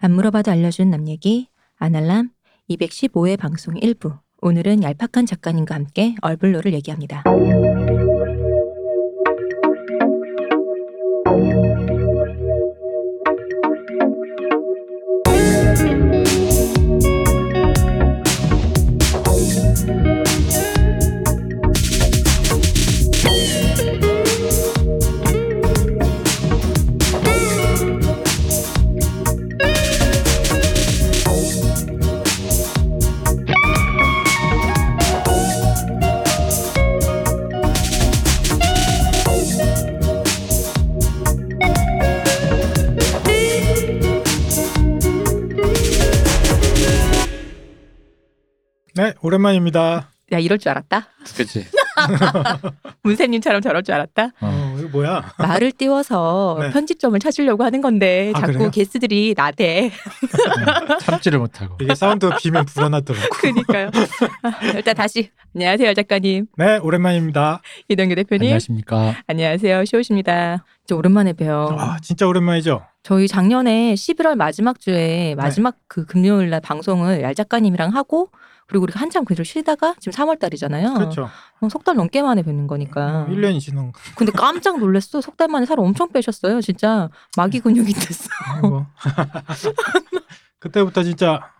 안 물어봐도 알려준 남 얘기 아날람 215회 방송 1부 오늘은 얄팍한 작가님과 함께 얼블로를 얘기합니다. 네, 오랜만입니다. 야 이럴 줄 알았다. 그치. 문세님처럼 저럴 줄 알았다. 어. 어, 이거 뭐야? 말을 띄워서 네. 편집점을 찾으려고 하는 건데 아, 자꾸 그래요? 게스트들이 나대. 참지를 못하고. 이게 사운드 비면 불어났더라고. 그러니까요. 아, 일단 다시 안녕하세요 작가님 네, 오랜만입니다. 이동규 대표님 안녕하십니까. 안녕하세요 쇼우십니다. 진짜 오랜만에 봬요. 아, 진짜 오랜만이죠? 저희 작년에 11월 마지막 네. 주에 마지막 그 금요일 날 방송을 얄 작가님이랑 하고 그리고 우리가 한참 그대로 쉬다가 지금 3월 달이잖아요. 어, 그렇죠. 음, 석 달 넘게 만에 뵙는 거니까. 1년이 지난 거. 근데 깜짝 놀랐어. 석 달 만에 살 엄청 빼셨어요. 진짜 네. 마기 근육이 됐어. 아이고. 뭐. 그때부터 진짜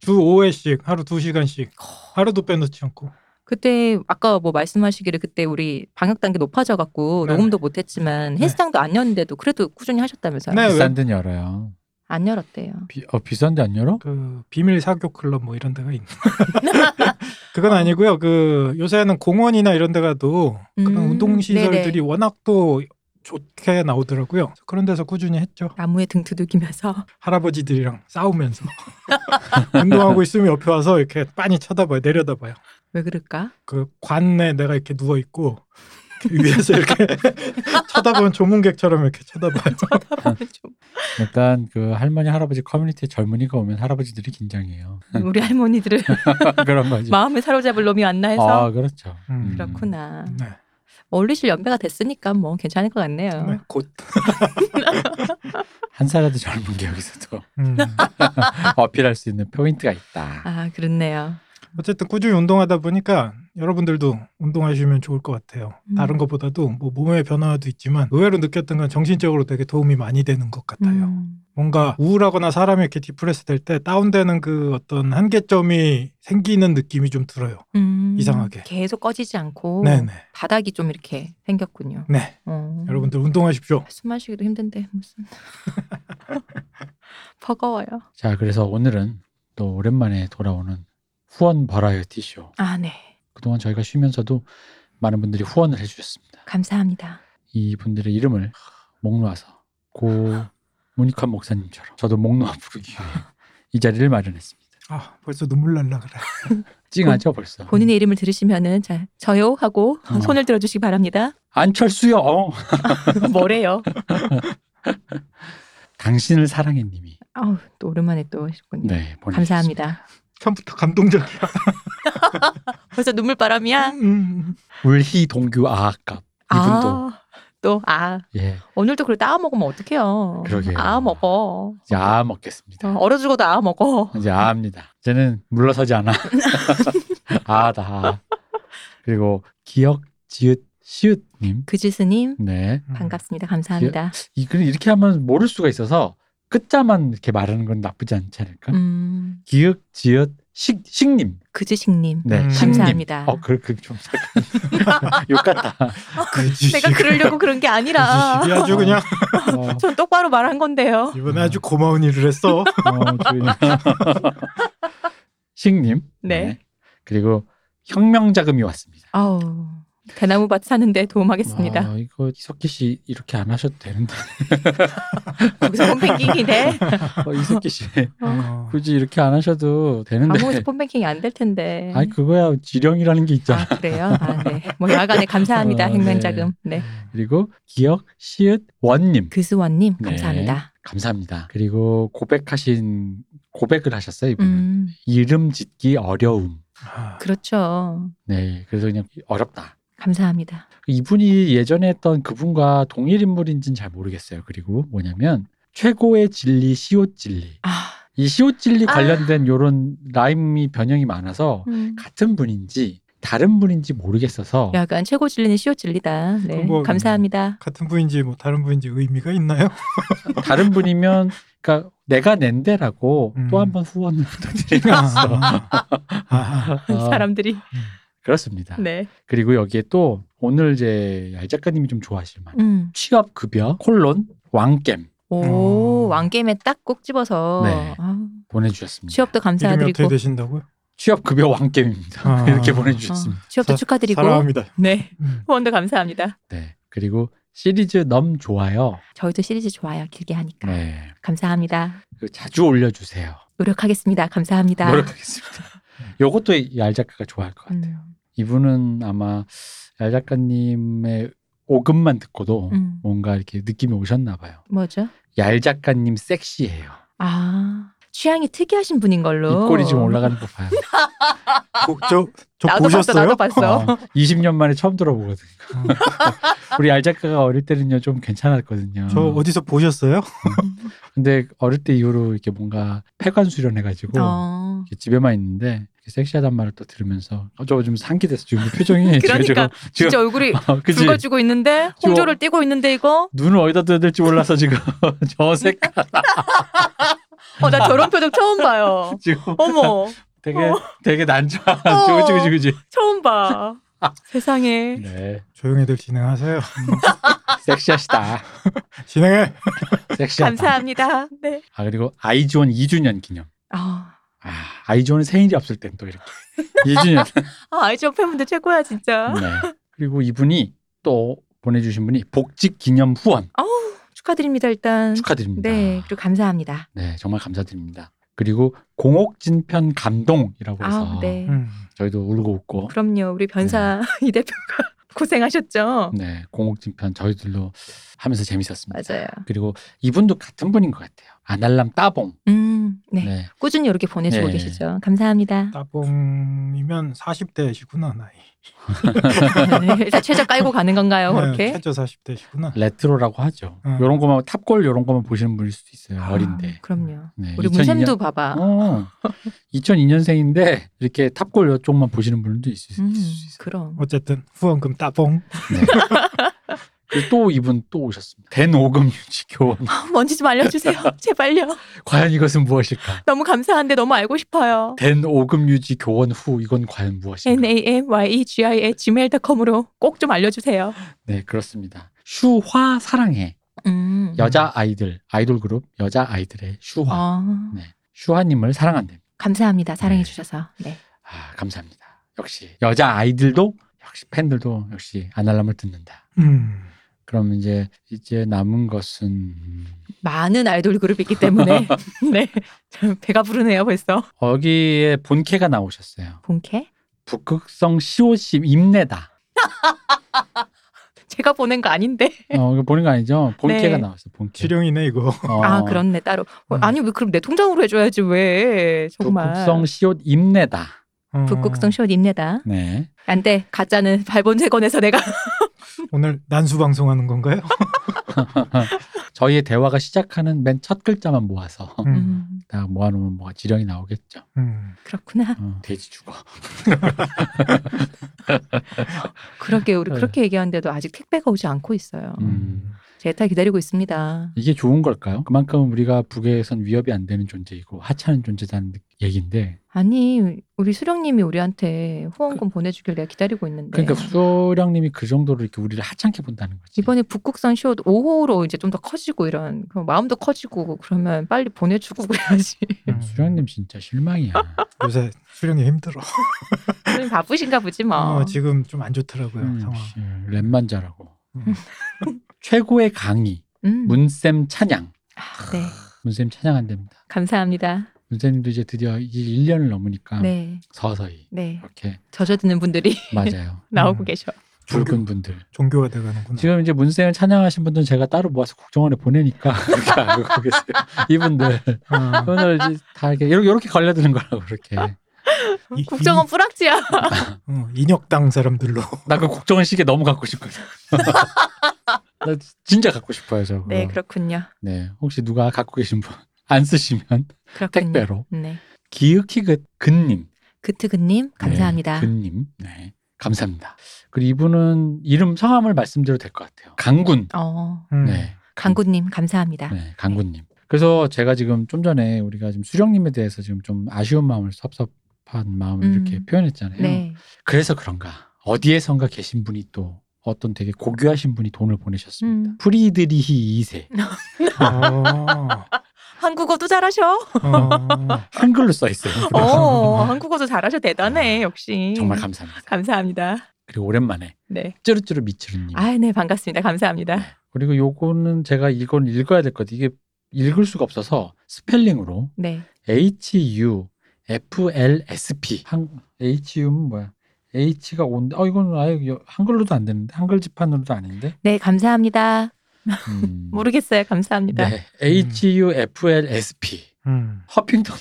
주 5회씩 하루 2시간씩 하루도 빼놓지 않고 그때 아까 뭐 말씀하시기를 그때 우리 방역 단계 높아져 갖고 네. 녹음도 못 했지만 네. 헬스장도 안 열는데도 그래도 꾸준히 하셨다면서요. 네. 비싼 데는 열어요. 안 열었대요. 비, 어, 비싼 데 안 열어? 그 비밀 사교 클럽 뭐 이런 데가 있는 그건 아니고요. 그 요새는 공원이나 이런 데 가도 그런 음, 운동 시설들이 네네. 워낙 또 좋게 나오더라고요. 그런 데서 꾸준히 했죠. 나무에 등 두들기면서 할아버지들이랑 싸우면서 운동하고 있으면 옆에 와서 이렇게 빤히 쳐다봐요 내려다봐요 왜 그럴까? 그 관내 내가 이렇게 누워 있고 위에서 이렇게 쳐다보는 조문객처럼 이렇게 쳐다봐요 아. 쳐다보면 좀 일단 그 할머니 할아버지 커뮤니티에 젊은이가 오면 할아버지들이 긴장해요. 우리 할머니들을 그런 거지. 마음을 사로잡을 놈이 왔나 해서 아 그렇죠. 음. 그렇구나. 네, 어울리실 연배가 됐으니까 뭐 괜찮을 것 같네요. 네, 곧 한 살이라도 젊은 게 여기서도 음. 어필할 수 있는 포인트가 있다. 아 그렇네요. 어쨌든 꾸준히 운동하다 보니까 여러분들도 운동하시면 좋을 것 같아요 음. 다른 것보다도 뭐 몸의 변화도 있지만 의외로 느꼈던 건 정신적으로 되게 도움이 많이 되는 것 같아요 음. 뭔가 우울하거나 사람이 이렇게 디프레스 될 때 다운되는 그 어떤 한계점이 생기는 느낌이 좀 들어요 음. 이상하게. 계속 꺼지지 않고 네네. 바닥이 좀 이렇게 생겼군요. 네. 어. 여러분들 운동하십시오. 숨 마시기도 힘든데 무슨 버거워요. 자 그래서 오늘은 또 오랜만에 돌아오는 후원 버라이어티 쇼. 아 네. 그동안 저희가 쉬면서도 많은 분들이 후원을 해주셨습니다. 감사합니다. 음. 이 분들의 이름을 목 놓아서 고 문익환 목사님처럼 저도 목 놓아 부르기 위해 이 자리를 마련했습니다. 아, 벌써 눈물 날라 그래. 찡하죠 벌써. 본인의 이름을 들으시면은 자, 저요 하고 어. 손을 들어주시기 바랍니다. 안철수요. 어. 뭐래요? 당신을 사랑해님이. 아우 또 오랜만에 또 하셨군요. 네. 보내주셨습니다. 감사합니다. 처음부터 감동적이야. 벌써 눈물바람이야. 음. 울희 동규 아합갑 이분도 아, 또, 아, 예. 오늘도 그래 따아 먹으면 어떡해요. 그러게요. 아, 먹어. 이제 아 어, 먹겠습니다. 얼어 죽어도 아, 먹어. 이제 아합니다. 이제는 물러서지 않아. 아다. 아. 그리고 기억 지읒 시읒님. 그지스님, 네. 음. 반갑습니다. 감사합니다. 이 글은 이렇게 하면 모를 수가 있어서 끝자만 이렇게 말하는 건 나쁘지 않지 않을까? 음, 기역 지읒 식 식님. 그지식님. 네. 음. 식님. 감사합니다. 어, 그그좀 욕 같다. 아, 그지 내가 그러려고 그런 게 아니라. 그지식이 아주 그냥 어, 전 똑바로 말한 건데요. 이번에 아주 고마운 일을 했어. 어, 주인님. 식님. 네. 그리고 혁명 자금이 왔습니다. 아우, 대나무밭 사는데 도움하겠습니다. 아, 이거 이석기 씨 이렇게 안 하셔도 되는데. 거기서 홈뱅킹이네. 어, 이석기 씨 어. 굳이 이렇게 안 하셔도 되는데. 아무에서 홈뱅킹이 안 될 텐데. 아니 그거야 지령이라는 게 있잖아. 아, 그래요? 아, 네. 뭐, 여하간에 감사합니다. 어, 네. 행명자금. 네. 음, 그리고 기억 시읒 원님. 그스원님, 네. 감사합니다. 감사합니다. 그리고 고백하신 고백을 하셨어요 이분은 음, 이름 짓기 어려움. 아, 그렇죠. 네, 그래서 그냥 어렵다. 감사합니다. 이분이 예전에 했던 그분과 동일 인물인지는 잘 모르겠어요. 그리고 뭐냐면 최고의 진리 시옷 진리 아, 이 시옷질리 아. 관련된 요런 라임이 변형이 많아서 음. 같은 분인지 다른 분인지 모르겠어서 약간 최고 진리는 시옷 진리다. 네, 그럼 뭐- 감사합니다. 같은 부인지 뭐 다른 부인지 의미가 있나요? 다른 분이면 그러니까 내가 낸데라고 음. 또 한 번 후원을 부탁드리겠어. 아, 아, 사람들이 그렇습니다. 네. 그리고 여기에 또 오늘 이제 얄 작가님이 좀 좋아하실 만한 음. 취업 급여 콜론 왕겜 오 음. 왕겜에 딱 꼭 집어서 네. 아, 보내주셨습니다. 취업도 이름이 어떻게 감사드리고 되신다고요? 취업 급여 왕겜입니다. 아. 이렇게 어, 보내주셨습니다. 취업도 사- 축하드리고 사랑합니다. 네 음. 후원도 감사합니다. 네. 그리고 시리즈 넘 좋아요. 저희도 시리즈 좋아요 길게 하니까 네. 감사합니다. 그리고 자주 올려주세요. 노력하겠습니다. 감사합니다. 노력하겠습니다. 요것도 얄 작가가 좋아할 것 같아요. 음, 이분은 아마 얄 작가님의 오금만 듣고도 음. 뭔가 이렇게 느낌이 오셨나 봐요. 뭐죠? 얄 작가님 섹시해요. 아 취향이 특이하신 분인 걸로 입꼬리 좀 올라가는 거 봐요. 고- 저, 저 아. 나도 봤어, 보셨어요? 나도 봤어. 20년 만에 처음 들어보거든요. 아. 우리 얄 작가가 어릴 때는요 좀 괜찮았거든요. 저 어디서 보셨어요? 근데 어릴 때 이후로 이렇게 뭔가 폐관 수련해가지고 어. 이렇게 집에만 있는데 이렇게 섹시하단 말을 또 들으면서 어, 저 지금 상기됐어 지금 표정이 지금 그러니까 지금- 진짜 얼굴이 어, 그치? 붉어지고 있는데 지금- 홍조를 띄고 있는데 이거 눈을 어디다 둬야 될지 몰라서 지금 저 색깔 어 아. 나 저런 표정 처음 봐요. 지금 어머 되게 어. 되게 난처. 어. 그치 그치 그치. 처음 봐. 세상에 네 조용히들 진행하세요. 섹시하시다. 진행해. 섹시하다. 아, 감사합니다. 네. 아 그리고 아이즈원 2주년 기념. 아, 아 아이즈원 생일이 없을 땐 또 이렇게 2주년. 아 아이즈원 팬분들 최고야 진짜. 네. 그리고 이분이 또 보내주신 분이 복직 기념 후원 축하드립니다 일단. 축하드립니다. 네 그리고 감사합니다. 네, 정말 감사드립니다. 그리고 공옥진편 감동이라고 해서 아 네. 음. 저희도 울고 웃고 그럼요 우리 변사 이 대표가 고생하셨죠. 네 공옥진편 저희들로 하면서 재밌었습니다. 맞아요. 그리고 이분도 같은 분인 것 같아요. 아날람 따봉. 음, 네. 네. 꾸준히 이렇게 보내주고 네. 계시죠. 감사합니다. 아. 따봉이면 40대시구나 나이. 네, 일단 최저 깔고 가는 건가요, 네, 그렇게? 최저 40대시구나. 레트로라고 하죠. 음. 요런 거만 탑골 요런 거만 보시는 분일 수도 있어요. 아, 어린데. 그럼요. 네, 우리 뭐 2002년 문쌤도 봐봐. 어, 2002년생인데 이렇게 탑골 요쪽만 보시는 분도 있을, 음, 있을 수 있어요. 네. 그럼. 어쨌든 후원금 따봉. 그리고 또 이분 또 오셨습니다. 대노금 유지 교원. 뭔지 좀 알려주세요. 제발요. 과연 이것은 무엇일까? 너무 감사한데 너무 알고 싶어요. 된 오금 유지 교원 후 이건 과연 n 무엇인가? a m y e g i at gmail.com으로 꼭 좀 알려주세요. 네 그렇습니다. 슈화 사랑해 음. 여자 아이들 아이돌 그룹 여자 아이들의 슈화 아, 네 슈화님을 사랑한다. 감사합니다. 사랑해 네. 주셔서. 네. 아 감사합니다. 역시 여자 아이들도 역시 팬들도 역시 아날람을 듣는다. 네. 음. 그럼 이제 이제 남은 것은 음, 많은 아이돌 그룹이 있기 때문에 네. 참 배가 부르네요, 벌써. 여기에 본캐가 나오셨어요. 본캐? 북극성 시오심 임내다. 제가 보낸 거 아닌데. 어 이거 보는 거 아니죠? 본캐가 네. 나왔어요. 본캐. 지령이네 이거. 어, 아, 그렇네. 따로. 어, 음. 아니, 왜 그럼 내 통장으로 해 줘야지 왜? 그 정말. 북극성 시옷 임내다. 어, 북극성 쇼 입내다. 네. 안 돼. 가짜는 발본세권에서 내가 오늘 난수 방송하는 건가요? 저희의 대화가 시작하는 맨 첫 글자만 어. 모아서 음. 다 모아놓으면 뭐가 지령이 나오겠죠. 음. 그렇구나. 어, 돼지 죽어. 그렇게 우리 네. 그렇게 얘기하는데도 아직 택배가 오지 않고 있어요. 음. 제타 기다리고 있습니다. 이게 좋은 걸까요? 그만큼 우리가 북에선 위협이 안 되는 존재이고 하찮은 존재다는 느- 얘기인데. 아니 우리 수령님이 우리한테 후원금 보내주길 내가 기다리고 있는데 그 그러니까 수령님이 그 정도로 이렇게 우리를 하찮게 본다는 거지. 네. 이번에 북극선 쇼 5호로 이제 좀 더 커지고 이런 그럼 마음도 커지고 그러면 빨리 보내주고 그래야지. 음. 수령님 진짜 실망이야. 요새 수령이 힘들어. 수령님 바쁘신가 보지 뭐. 아, 어, 지금 좀 안 좋더라고요 음, 상황. 씨, 랩만 잘하고. 음. 최고의 강의 음. 문쌤 찬양. 아, 네 문쌤 찬양 안 됩니다. 감사합니다. 문쌤도 이제 드디어 이제 1년을 넘으니까 네. 서서히 네, 이렇게 젖어드는 분들이 맞아요. 나오고 음. 계셔. 붉은 분들. 종교가 돼가는구나. 음. 지금 이제 문쌤을 찬양하신 분들은 제가 따로 모아서 국정원에 보내니까 그렇게 알고 계세요. 이분들 어, 오늘 이제 다 이렇게 요렇게- 요렇게 걸려드는 거라고 그렇게. 아, 이- 국정원 뿌락지야. 이- 어, 인혁당 사람들로. 나 그 국정원 시계 너무 갖고 싶거든. 나 진짜 갖고 싶어요, 저. 네, 그렇군요. 네, 혹시 누가 갖고 계신 분? 안 음. 쓰시면 그렇군요. 택배로. 네. 기윽히긋 근님. 그트그님 감사합니다. 네, 근님. 네. 감사합니다. 그리고 이분은 이름 성함을 말씀드려도 될 것 같아요. 강군. 어, 음. 네. 강구님 감사합니다. 네, 강군님. 그래서 제가 지금 좀 전에 우리가 지금 수령님에 대해서 지금 좀 아쉬운 마음을 섭섭한 마음을 음. 이렇게 표현했잖아요. 네. 그래서 그런가 어디에선가 계신 분이 또 어떤 되게 고귀하신 분이 돈을 보내셨습니다. 음. 프리드리히 2세 어, 한국어도 잘하셔. 어. 한글로 써 있어요. 어, 예. 한국어도 잘하셔 대단해 역시. 정말 감사합니다. 감사합니다. 그리고 오랜만에 네. 쭈루쭈루 미츠루님. 아, 네 반갑습니다. 감사합니다. 그리고 요거는 제가 이건 읽어야 될 것 같아요. 이게 읽을 수가 없어서 스펠링으로 네. H U F L S P 한 H U는 뭐야? H가 온데 어 이건 아예 여- 한글로도 안 되는데 한글 지판으로도 아닌데 네 감사합니다. 음. 모르겠어요. 감사합니다. 네 H U F L S P 음. 허핑턴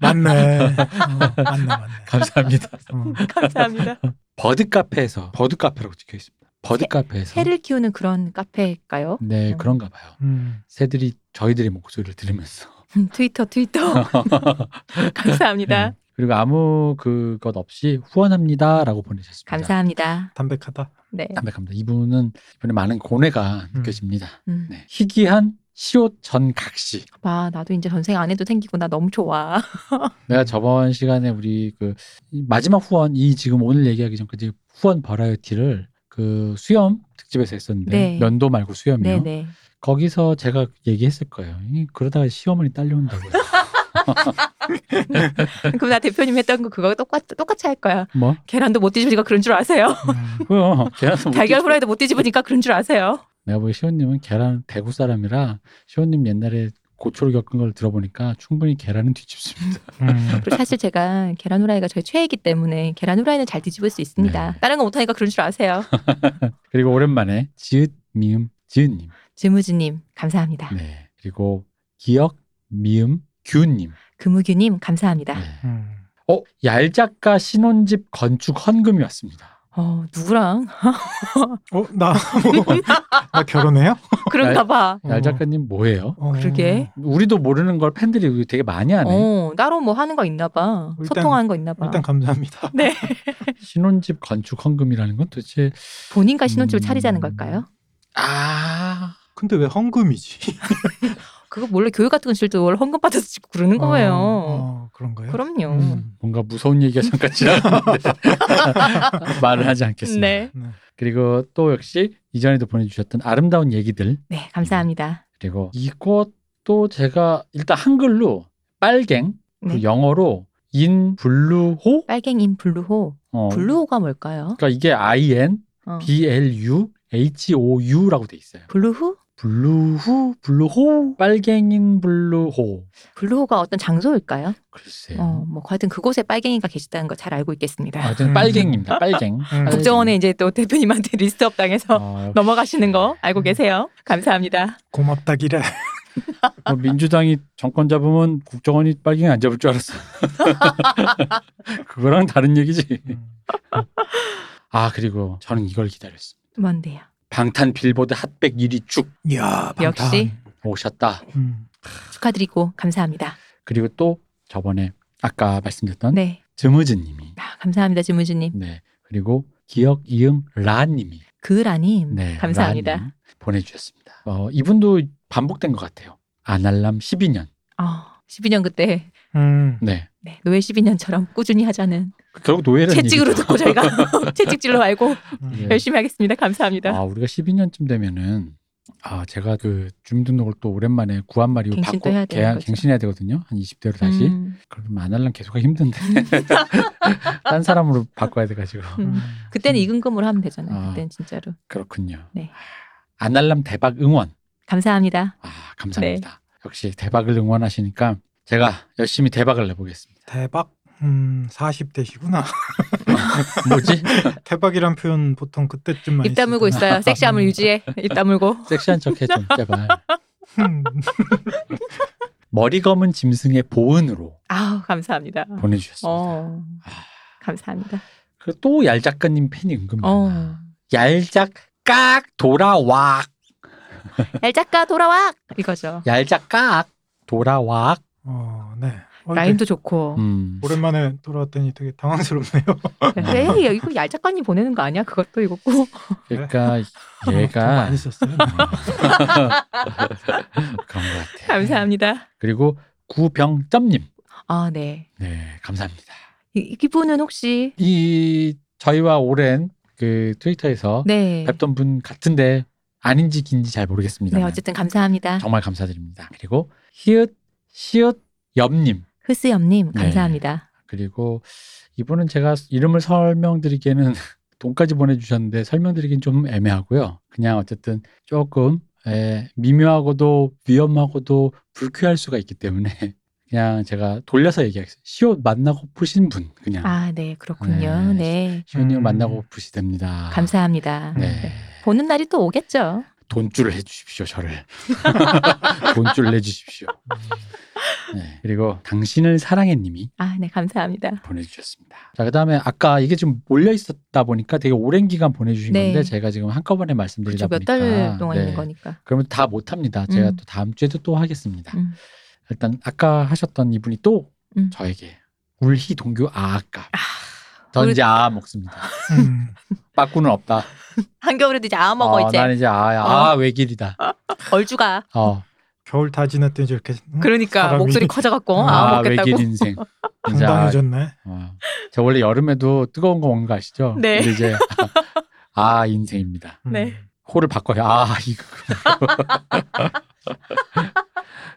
맞네. 어, 맞네, 맞네. 감사합니다. 어. 감사합니다. 버드 카페에서 버드 카페라고 찍혀 있습니다. 버드 카페에서 새를 키우는 그런 카페일까요? 네 음. 그런가 봐요. 음. 새들이 저희들의 목소리를 들으면서 음, 트위터 트위터 감사합니다. 네. 그리고 아무 그것 없이 후원합니다라고 보내셨습니다. 감사합니다. 담백하다. 네. 담백합니다. 이분은 이번에 많은 음. 고뇌가 느껴집니다. 음. 네. 희귀한 시옷 전각시. 봐, 나도 이제 전생 안 해도 생기구나. 너무 좋아. 내가 저번 시간에 우리 그이 마지막 후원 이 지금 오늘 얘기하기 전까지 후원 버라이어티를 그 수염 특집에서 했었는데 네. 면도 말고 수염이요. 네네. 거기서 제가 얘기했을 거예요. 이, 그러다가 시어머니 딸려온다고. 그럼 나 대표님 했던 거 그거 똑같, 똑같이 할 거야. 뭐? 계란도 못 뒤집으니까 그런 줄 아세요? 음. 그럼 계란도 못 달걀 드시- 후라이도 못 뒤집으니까 그런 줄 아세요? 내가 보기 시호님은 계란 대구 사람이라 시호님 옛날에 고초를 겪은 걸 들어보니까 충분히 계란은 뒤집습니다. 음. 그리고 사실 제가 계란 후라이가 저의 최애이기 때문에 계란 후라이는 잘 뒤집을 수 있습니다. 네. 다른 거 못하니까 그런 줄 아세요? 그리고 오랜만에 지읒 미음 지읒님. 지무지님 감사합니다. 네. 그리고 기억 미음 균님. 금우규님 감사합니다. 네. 음. 어, 얄작가 신혼집 건축 헌금이 왔습니다. 어 누구랑 어, 나, 뭐, 나 결혼해요? 그런가 봐. 어. 얄작가님 뭐예요? 어. 그러게. 우리도 모르는 걸 팬들이 되게 많이 음, 하네. 어 따로 뭐 하는 거 있나 봐. 일단- 소통하는 거 있나 봐. 일단 감사합니다. 네. 신혼집 건축 헌금이라는 건 도대체 본인과 신혼집을 음. 차리자는 걸까요? 아 근데 왜 헌금이지? 그거 원래 교육 같은 건 실도 원래 헌금 받아서 짓고 그러는 거예요. 어, 어, 네. 그런가요? 그럼요. 음. 뭔가 무서운 얘기가 잠깐 지나는데 말을 하지 않겠습니다. 네. 네. 그리고 또 역시 이전에도 보내주셨던 아름다운 얘기들 네, 감사합니다. 그리고 이것도 제가 일단 한글로 빨갱 그리고 네. 영어로 인 블루호 빨갱인 블루호. 어, 블루호가 뭘까요? 그러니까 이게 I N 어. B L U H O U라고 돼 있어요. 블루후? 블루후 블루호 빨갱인 블루호 블루호가 어떤 장소일까요? 글쎄요. 어, 뭐 하여튼 그곳에 빨갱이가 계시다는 거 잘 알고 있겠습니다. 하여튼 음. 빨갱입니다. 빨갱. 빨갱. 국정원에 이제 또 대표님한테 리스트업 당해서 어, 넘어가시는 거 알고 음. 계세요? 감사합니다. 고맙다, 기래. 뭐 민주당이 정권 잡으면 국정원이 빨갱이 안 잡을 줄 알았어. 그거랑 다른 얘기지. 음. 아 그리고 저는 이걸 기다렸습니다. 뭔데요? 방탄 빌보드 핫백 1위 쭉 이야, 방탄. 역시. 오셨다. 음. 축하드리고 감사합니다. 그리고 또 저번에 아까 말씀드렸던 네. 드무즈님이 아, 감사합니다, 지무주님. 네 그리고 기억 이응 라님이 그라님. 네 라님 감사합니다. 보내주셨습니다. 어, 이분도 반복된 것 같아요. 아날람 12년. 어, 12년 그때 음. 네 네, 노예 12년처럼 꾸준히 하자는 결국 노예라는 채찍으로 얘기죠. 듣고 저희가 채찍질로 알고 음. 예. 열심히 하겠습니다. 감사합니다. 아 우리가 12년쯤 되면은 아 제가 그 주민등록을 또 오랜만에 구한 말이고 갱신도 해야 되는 거죠. 갱신해야 되거든요. 한 20대로 다시 음. 그럼 안 할랑 계속 하기 힘든데 딴 사람으로 바꿔야 돼가지고 음. 그때는 이금금으로 하면 되잖아요. 아. 그때는 진짜로. 그렇군요. 네. 안 할람 대박 응원 감사합니다. 아 감사합니다. 역시 대박을 응원하시니까 제가 열심히 대박을 내보겠습니다. 대박. 음, 40대시구나. 뭐지? 대박이란 표현 보통 그때쯤 많이 입 다물고 쓰잖아. 있어요. 섹시함을 유지해. 입 다물고. 섹시한 척 해좀 제발. 음. 머리 검은 짐승의 보은으로 아우 감사합니다. 보내주셨습니다. 어 감사합니다. 음. 그리고 어. 또얄 작가님 팬이 은근 많아. 어 얄작 깍 돌아와 얄작가 돌아와 이거죠. 얄작깍 돌아와. 어, 네. 어, 라임도 좋고. 음. 되게 오랜만에 돌아왔더니 되게 예, 당황스럽네요. 에이 이거 얄작가님 보내는 거 아니야? 그것도 이거 고 그러니까 돈 얘가 네. 많이 썼어요. 그런 것 같아요. 감사합니다. 그리고 구병점님. 아 네. 네, 감사합니다. 이, 이 기분은 혹시 이 저희와 오랜 그 트위터에서 네. 뵙던 분 같은데 아닌지 긴지 잘 모르겠습니다. 네 어쨌든 감사합니다. 정말 감사드립니다. 그리고 히읗 시읒 엽님 흐스염님 네. 감사합니다. 그리고 이분은 제가 이름을 설명드리기에는 돈까지 보내주셨는데 설명드리긴 좀 애매하고요. 그냥 어쨌든 조금 에, 미묘하고도 위험하고도 불쾌할 수가 있기 때문에 그냥 제가 돌려서 얘기하겠습니다. 시옷 만나고 푸신 분 그냥 아 네 그렇군요. 네. 네. 시옷님을 음. 만나고 푸시됩니다. 감사합니다. 네. 보는 날이 또 오겠죠. 돈줄을 해주십시오 저를 돈줄을 해주십시오. 네. 그리고 당신을 사랑해님이 아 네 감사합니다. 보내주셨습니다. 자, 그 다음에 아까 이게 좀 몰려 있었다 보니까 되게 오랜 기간 보내주신 네. 건데 제가 지금 한꺼번에 말씀드리다 그렇죠 보니까 몇 달 동안 네. 있는 거니까. 그러면 다 못합니다. 제가 음. 또 다음 주에도 또 하겠습니다. 음. 일단 아까 하셨던 이분이 또 음. 저에게 울희 동규 아아까 우리- 전 이제 아 먹습니다. 음. 빠꾸는 없다. 한겨울에도 이제 아아 먹어 어, 이제 난 이제 아야. 아 외길이다. 얼주가. 어. 겨울 다 지났더니 이렇게 음, 그러니까 사람이 목소리 커져갖고 아아 아 먹겠다고. 외길 인생. 이제 아, 당당해졌네. 어. 저 원래 여름에도 뜨거운 거 먹는 거 아시죠? 네. 근데 이제 아 인생입니다. 음. 네. 호를 바꿔요. 아 이거.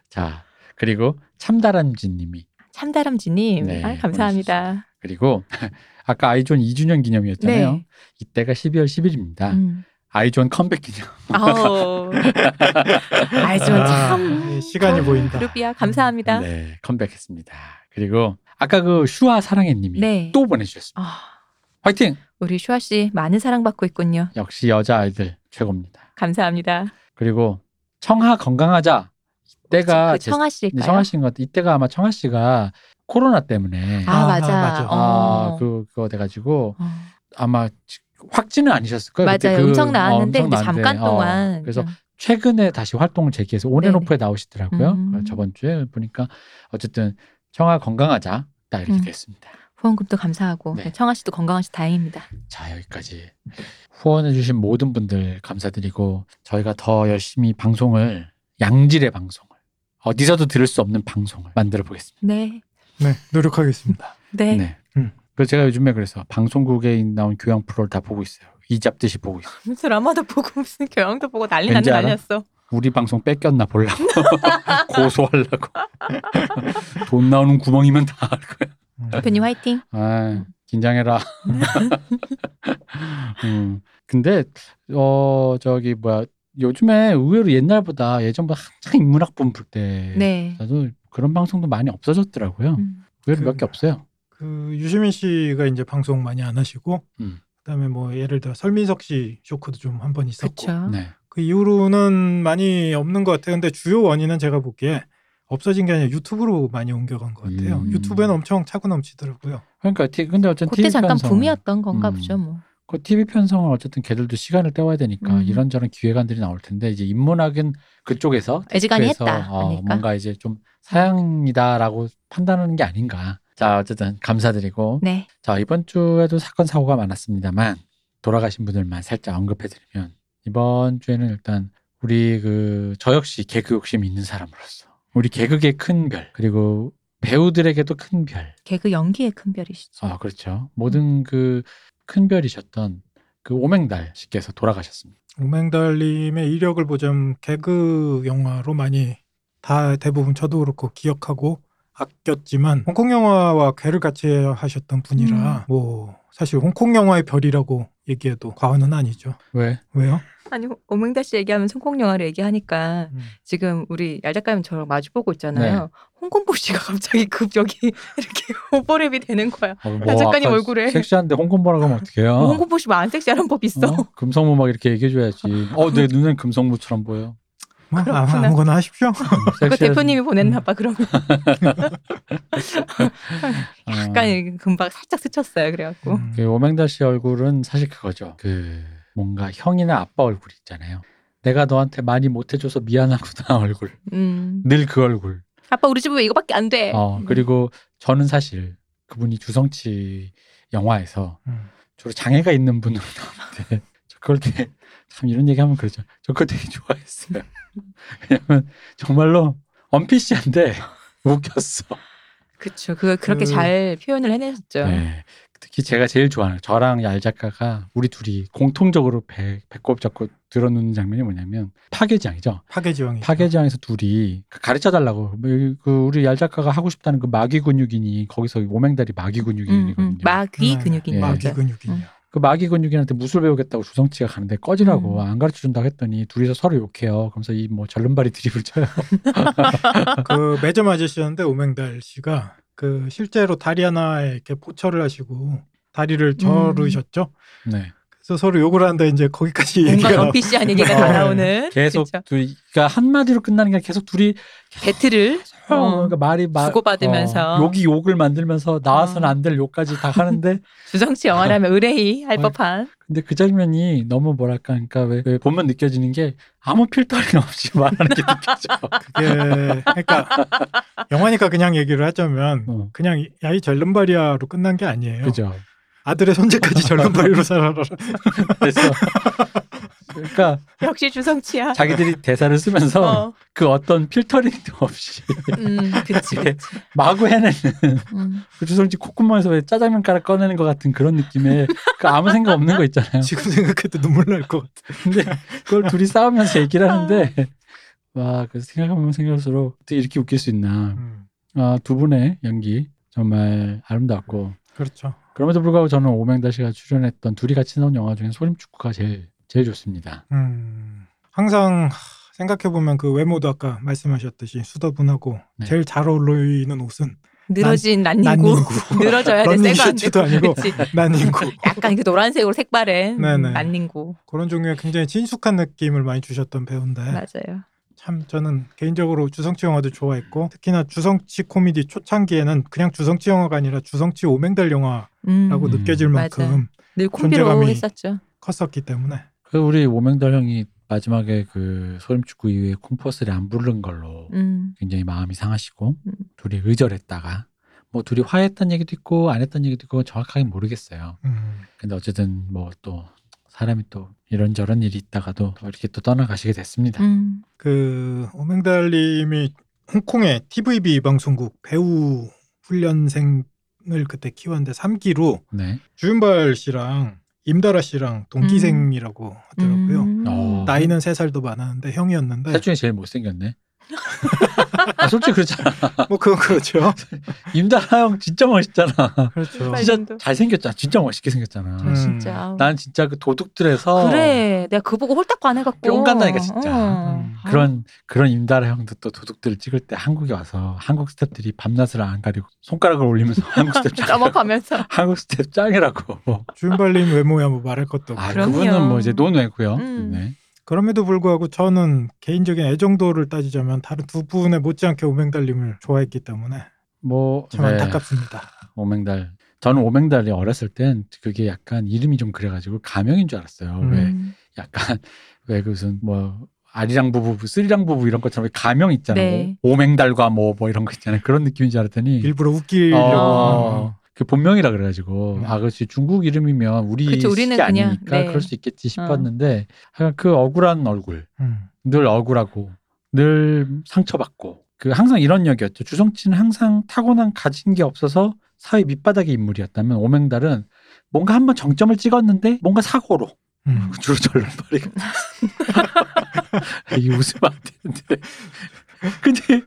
자 그리고 참다람쥐님이 참다람쥐님 네, 아, 감사합니다. 그리고 아까 아이존 2주년 기념이었잖아요. 네. 이때가 12월 10일입니다. 음. 아이존 컴백 기념. 아우. 아주 참. 이 예, 시간이 좋은 보인다. 그룹이야. 감사합니다. 네. 네 컴백했습니다. 그리고 아까 그 슈아 사랑해님이 네. 또 보내주셨습니다. 아, 화이팅! 우리 슈아 씨 많은 사랑받고 있군요. 역시 여자 아이들 최고입니다. 감사합니다. 그리고 청하 건강하자. 이때가 그 제- 청아 네, 씨일까요? 청하 씨인 것 같아. 이때가 아마 청하 씨가 코로나 때문에 아, 아, 맞아. 맞아. 어. 아, 그, 그거 돼가지고 어. 아마 지- 확진은 아니셨을 거예요. 그때 맞아요. 그- 음성 어, 나왔는데 음성 근데 나왔는데, 잠깐 어, 동안 네, 그래서 좀- 최근에 다시 활동을 재개해서 온앤오프에 나오시더라고요. 음. 그래서 저번 주에 보니까 어쨌든 청아 건강하자 딱 이렇게 음. 됐습니다. 후원금도 감사하고 네. 네, 청아 씨도 건강하시 다행입니다. 자 여기까지 후원해주신 모든 분들 감사드리고 저희가 더 열심히 방송을 양질의 방송을 어디서도 들을 수 없는 방송을 만들어 보겠습니다. 네. 네, 노력하겠습니다. 네. 네. 음. 그래서 제가 요즘에 그래서 방송국에 나온 교양 프로를 다 보고 있어요. 이잡듯이 보고 있어요. 드라마도 보고 무슨 교양도 보고 난리 왠지 난리 알아? 아니었어. 우리 방송 뺏겼나 보려고 고소하려고 돈 나오는 구멍이면 다 알 거야. 음. 대표님 화이팅. 아, 긴장해라. 음, 근데 어 저기 뭐야 요즘에 의외로 옛날보다 예전보다 한창 인문학 붐불 때 네. 나도 그런 방송도 많이 없어졌더라고요. 음. 의외로 그- 몇 개 없어요. 그 유시민 씨가 이제 방송 많이 안 하시고 음. 그다음에 뭐 예를 들어 설민석 씨 쇼크도 좀 한 번 있었고 그렇죠. 네. 그 이후로는 많이 없는 것 같아요. 근데 주요 원인은 제가 보기에 없어진 게 아니라 유튜브로 많이 옮겨간 것 같아요. 음. 유튜브에는 엄청 차고 넘치더라고요. 그러니까 티- 근데 어쨌든 그때 TV 잠깐 편성은- 붐이었던 건가 음. 보죠, 뭐. 그 TV 편성은 어쨌든 걔들도 시간을 때워야 되니까 음. 이런저런 기획안들이 나올 텐데 이제 인문학은 그쪽에서 애지간히 그래서, 했다. 어, 그러니까. 뭔가 이제 좀 사양이다라고 판단하는 게 아닌가. 자 어쨌든 감사드리고 네. 자 이번 주에도 사건 사고가 많았습니다만 돌아가신 분들만 살짝 언급해드리면 이번 주에는 일단 우리 그 저 역시 개그 욕심이 있는 사람으로서 우리 개그의 큰 별 그리고 배우들에게도 큰 별. 개그 연기의 큰 별이시죠. 아 그렇죠. 모든 그 큰 별이셨던 그 오맹달 씨께서 돌아가셨습니다. 오맹달님의 이력을 보자면 개그 영화로 많이 다 대부분 저도 그렇고 기억하고 아꼈지만 홍콩 영화와 괴를 같이 하셨던 분이라 음. 뭐 사실 홍콩 영화의 별이라고 얘기해도 과언은 아니죠. 왜? 왜요? 아니 오맹다 씨 얘기하면 성공 영화를 얘기하니까 음. 지금 우리 얄작가님 저랑 마주 보고 네. 있잖아요. 홍콩보 씨가 갑자기 급 여기 이렇게 오버랩이 되는 거야. 아, 아, 작가님 아까 얼굴에. 섹시한데 홍콩 뭐라고 하면 어떡해요? 홍콩보 씨만안 섹시한 법 있어. 어? 금성무 막 이렇게 얘기해줘야지. 어, 내 눈엔 금성무처럼 보여. 뭐 아, 그렇구나. 아무거나 하십시오. 그 섹시해서- 대표님이 보냈나 음. 봐 그러면 어. 아, 약간 이렇게 금방 살짝 스쳤어요 그래갖고 음. 그 오맹달 씨 얼굴은 사실 그거죠. 그 뭔가 형이나 아빠 얼굴 있잖아요. 내가 너한테 많이 못해줘서 미안하구나 얼굴. 음. 늘 그 얼굴. 아빠 우리 집은 왜 이거밖에 안 돼. 음. 어, 그리고 저는 사실 그분이 주성치 영화에서 음. 주로 장애가 있는 분으로 나오는데 저 그걸 되게 참 이런 얘기하면 그렇죠. 저 그걸 되게 좋아했어요. 왜냐면 정말로 언피시한데 웃겼어. 그쵸. 그 그렇게 그- 잘 표현을 해내셨죠. 네. 특히 제가 제일 좋아하는 저랑 얄 작가가 우리 둘이 공통적으로 배, 배꼽 잡고 들어누는 장면이 뭐냐면 파괴장이죠. 파괴지형이 파괴장에서 둘이 그러니까. 가르쳐 달라고 그 우리 얄 작가가 하고 싶다는 그 마귀 근육인이 거기서 오맹다리 마귀 음, 근육인이거든요. 음. 마귀 음, 근육인 예. 거죠. 마귀 근육이냐. 그 마귀 근육인한테 무술 배우겠다고 주성치가 가는데 꺼지라고 음. 안 가르쳐 준다고 했더니 둘이서 서로 욕해요. 그러면서 이 뭐 절름발이 드립을 쳐요. 그 매점 아저씨였는데 오맹달 씨가 그 실제로 다리 하나에 이렇게 포철을 하시고 다리를 절으셨죠. 네. 그래서 서로 욕을 하는데 이제 거기까지 뭔가 얘기가 덤피시한 얘기가 어, 다 네. 나오는. 계속 그쵸. 둘이 그러니까 한 마디로 끝나는 게 아니라 계속 둘이 배틀을 서로 어, 그러니까 말이 마- 주고받으면서. 어. 어, 욕이 욕을 만들면서 나와서는 안 될 욕까지 다 하는데 주성치 영화라면 의뢰이 할 어. 법한. 근데 그 장면이 너무 뭐랄까 그러니까 왜, 왜 보면 느껴지는 게 아무 필터링 없이 말하는 게 느껴져. 그게 그러니까 영화니까 그냥 얘기를 하자면 어. 그냥 야이 절름발이야로 끝난 게 아니에요. 그죠. 아들의 손재까지 절름발이로 살아라. 그래서 그러니까 역시 주성치야. 자기들이 대사를 쓰면서 어. 그 어떤 필터링도 없이 음, 그치. 이게 마구 해내는 음. 그 주성지 콧구멍에서 왜 짜장면 깔아 꺼내는 것 같은 그런 느낌의 그 아무 생각 없는 거 있잖아요. 지금 생각해도 눈물 날 것 같아. 근데 그걸 둘이 싸우면서 얘기를 하는데 와 그래서 생각하면 생각할수록 어떻게 이렇게 웃길 수 있나. 음, 아, 두 분의 연기 정말 아름답고 그렇죠. 그럼에도 불구하고 저는 오맹다시가 출연했던 둘이 같이 나온 영화 중에 소림축구가 제일 제일 좋습니다. 음, 항상 생각해 보면 그 외모도 아까 말씀하셨듯이 수다분하고 네. 제일 잘 어울리는 옷은 늘어진 난닝구. 난닝구. 늘어져야 돼. 런닝 새가 안 셔츠도 되고. 아니고. 그치. 난닝구 약간 그 노란색으로 색바랜 네네. 난닝구. 그런 종류의 굉장히 친숙한 느낌을 많이 주셨던 배우인데 맞아요. 참 저는 개인적으로 주성치 영화도 좋아했고 특히나 주성치 코미디 초창기에는 그냥 주성치 영화가 아니라 주성치 오맹달 영화라고 음. 음, 느껴질 맞아요. 만큼 늘 콤비로 존재감이- 했었죠. 컸었기 때문에 그 우리 오맹달 형이 마지막에 그 소림축구 이후에 콩퍼스를 안 부른 걸로 음. 굉장히 마음이 상하시고 음. 둘이 의절했다가 뭐 둘이 화했던 얘기도 있고 안 했던 얘기도 있고 정확하게 모르겠어요. 음, 근데 어쨌든 뭐 또 사람이 또 이런저런 일이 있다가도 또 이렇게 또 떠나가시게 됐습니다. 음. 그 오맹달님이 홍콩의 TVB 방송국 배우 훈련생을 그때 키웠는데 3기로 네. 주윤발 씨랑 임다라 씨랑 동기생이라고 하더라고요. 아, 음. 어. 나이는 3살도 많았는데 형이었는데 셋 중에 제일 못생겼네. 아, 솔직히 그렇잖아. 뭐 그건 그렇죠. 임다라 형 진짜 멋있잖아. 그렇죠. 빨리 진짜 정도. 잘생겼잖아. 진짜 멋있게 생겼잖아. 아, 진짜. 아우. 난 진짜 그 도둑들에서 그래. 내가 그거 보고 홀딱 반해갖고. 뿅 간다니까, 진짜. 어. 음, 그런 그런 임다라 형도 또 도둑들을 찍을 때 한국에 와서 한국 스탭들이 밤낮을 안 가리고 손가락을 올리면서 한국 스탭 아, 짱 점업하면서. 한국 스탭 짱이라고. 뭐. 주윤발님 외모야 뭐 말할 것도 없고 아, 그럼요. 그분은 뭐 이제 논외고요. 음. 네. 그럼에도 불구하고 저는 개인적인 애정도를 따지자면 다른 두 분에 못지않게 오맹달님을 좋아했기 때문에 뭐 참 네, 안타깝습니다. 오맹달. 저는 오맹달이 어렸을 땐 그게 약간 이름이 좀 그래가지고 가명인 줄 알았어요. 왜 음. 약간 왜 무슨 뭐 아리랑 부부, 쓰리랑 부부 이런 것처럼 가명 있잖아요. 네. 오맹달과 뭐 뭐 이런 거 있잖아요. 그런 느낌인 줄 알았더니 일부러 아. 웃기려고 하는 음. 어, 그 본명이라 그래가지고 음. 아 그렇지 중국 이름이면 우리 그쵸, 우리는 그냥, 식이 아니니까 네. 그럴 수 있겠지 싶었는데 약간 그 억울한 얼굴 음, 늘 억울하고 늘 상처받고 그 항상 이런 역이었죠 주성치는 항상 타고난 가진 게 없어서 사회 밑바닥의 인물이었다면 오맹달은 뭔가 한번 정점을 찍었는데 뭔가 사고로 음. 주로 절름발이가 이 웃으면 안 되는데 근데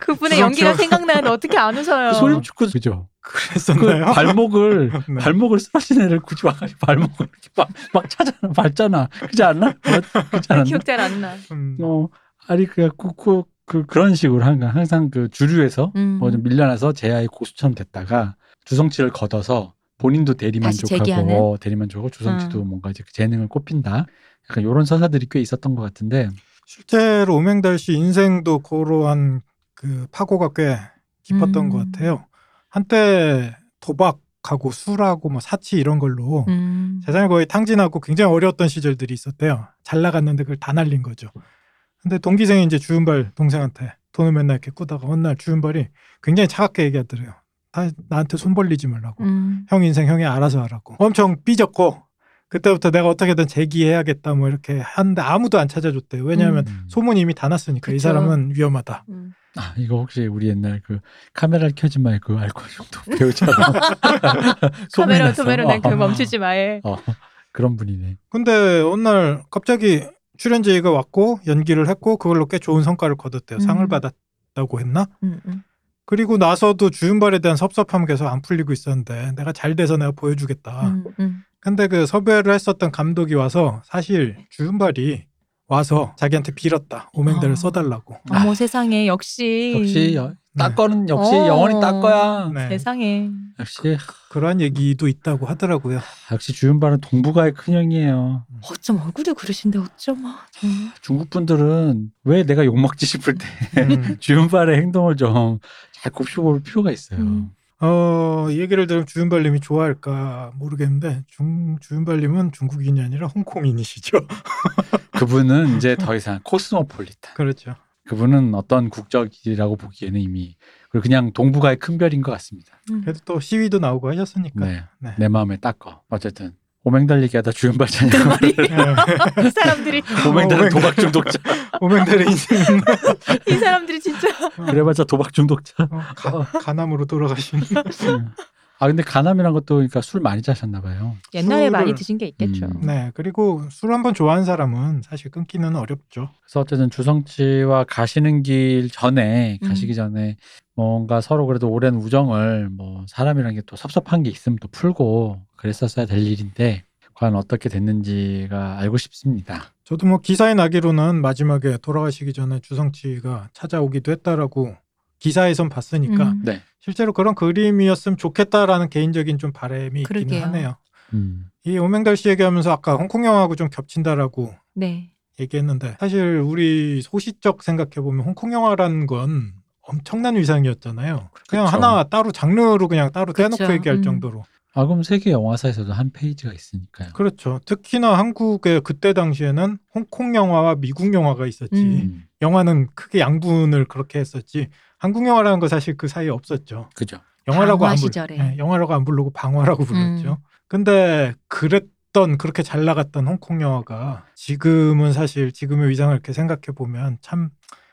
그분의 주성치 연기가 영화. 생각나는데 어떻게 안 웃어요. 그렇죠. 그 소림축구 그죠 그 그랬었나요? 발목을 네. 발목을 쓰러진 애를 굳이 와가지고 발목을 이렇게 막, 막 찾아나 밟잖아 그지 않나 뭐, 그지 않나 기억 잘 안 나. 음, 어 아니 그그 그, 그런 식으로 항상 항상 그 주류에서 음. 뭐 좀 밀려나서 제아의 고수처럼 됐다가 주성치를 걷어서 본인도 재기하는? 아. 대리만족하고 어, 대리만족하고 주성치도 뭔가 이제 그 재능을 꼽힌다 약간 이런 서사들이 꽤 있었던 것 같은데 실제로 오맹달 씨 인생도 그러한 그 파고가 꽤 깊었던 음. 것 같아요. 한때 도박 기억하고 수라고 뭐 사치 이런 걸로 음. 재산이 거의 탕진하고 굉장히 어려웠던 시절들이 있었대요. 잘 나갔는데 그걸 다 날린 거죠. 근데 동기생이 이제 주윤발 동생한테 돈을 맨날 이렇게 꾸다가 어느 날 주윤발이 굉장히 차갑게 얘기하더래요. 다 나한테 손 벌리지 말라고. 음. 형 인생 형이 알아서 하라고. 엄청 삐졌고 그때부터 내가 어떻게든 제기해야겠다 뭐 이렇게 하는데 아무도 안 찾아줬대요. 왜냐하면 음. 소문이 이미 다 났으니까 이 그쵸. 사람은 위험하다. 음. 아, 이거 혹시 우리 옛날 그 카메라를 켜지 말고 알코올 중독 배우잖아. 소문이 카메라 났어. 카메라 어, 난그 어. 멈추지 마에. 어, 그런 분이네. 근데 어느 날 갑자기 출연제의가 왔고 연기를 했고 그걸로 꽤 좋은 성과를 거뒀대요. 상을 음. 받았다고 했나? 음, 음. 그리고 나서도 주윤발에 대한 섭섭함 계속 안 풀리고 있었는데 내가 잘 돼서 내가 아. 보여주겠다. 음, 음. 근데 그 섭외를 했었던 감독이 와서 사실 주윤발이 와서 자기한테 빌었다. 오맹대를 아. 써달라고. 아. 어머 세상에 역시 역시 여, 네. 닦거는 역시 어. 영원히 닦거야. 네. 세상에 역시 그러한 얘기도 있다고 하더라고요. 역시 주윤발은 동북아의 큰형이에요. 어쩜 얼굴도 그러신데 어쩜 아, 정말. 중국 분들은 왜 내가 욕 먹지 싶을 때 음. 주윤발의 행동을 좀 잘 곱씹어볼 필요가 있어요. 음. 어, 이 얘기를 들으면 주윤발님이 좋아할까 모르겠는데 중, 주윤발님은 중국인이 아니라 홍콩인이시죠. 그분은 이제 더 이상 코스모폴리탄. 그렇죠. 그분은 어떤 국적이라고 보기에는 이미 그리고 그냥 동북아의 큰 별인 것 같습니다. 음. 그래도 또 시위도 나오고 하셨으니까. 네, 네. 내 마음에 닦어. 어쨌든 오맹달 얘기하다 주윤발 찬양. 네. 이 사람들이 그 오맹달은 오맹달. 도박 중독자. 오맹대를 인생은 이 사람들이 진짜 그래봤자 도박 중독자. 어, 가, 가남으로 돌아가신. 음. 아 근데 간암이란 것도 그러니까 술 많이 짜셨나 봐요. 옛날에 술을- 많이 드신 게 있겠죠. 음. 네. 그리고 술 한번 좋아하는 사람은 사실 끊기는 어렵죠. 그래서 어쨌든 주성치와 가시는 길 전에 음. 가시기 전에 뭔가 서로 그래도 오랜 우정을 뭐 사람이란 게 또 섭섭한 게 있으면 또 풀고 그랬었어야 될 일인데 과연 어떻게 됐는지가 알고 싶습니다. 저도 뭐 기사에 나기로는 마지막에 돌아가시기 전에 주성치가 찾아오기도 했다라고 기사에선 봤으니까 음. 네. 실제로 그런 그림이었으면 좋겠다라는 개인적인 좀 바람이 그러게요. 있기는 하네요. 음. 이 오맹달 씨 얘기하면서 아까 홍콩 영화하고 좀 겹친다라고 네. 얘기했는데 사실 우리 소시적 생각해 보면 홍콩 영화라는 건 엄청난 위상이었잖아요. 그냥 그렇죠. 하나 따로 장르로 그냥 따로 떼놓고 그렇죠. 얘기할 음. 정도로. 아 그럼 세계 영화사에서도 한 페이지가 있으니까요. 그렇죠. 특히나 한국의 그때 당시에는 홍콩 영화와 미국 영화가 있었지. 음. 음. 영화는 크게 양분을 그렇게 했었지. 한국 영화라는 건 사실 그 사이에 없었죠. 그죠. 영화라고 방화 안 불, 시절에. 음. 예, 영화라고 안 부르고 방화라고 불렀죠. 근데 그랬던 그렇게 잘 나갔던 홍콩 영화가 지금은 사실 지금의 위상을 이렇게 생각해 보면 참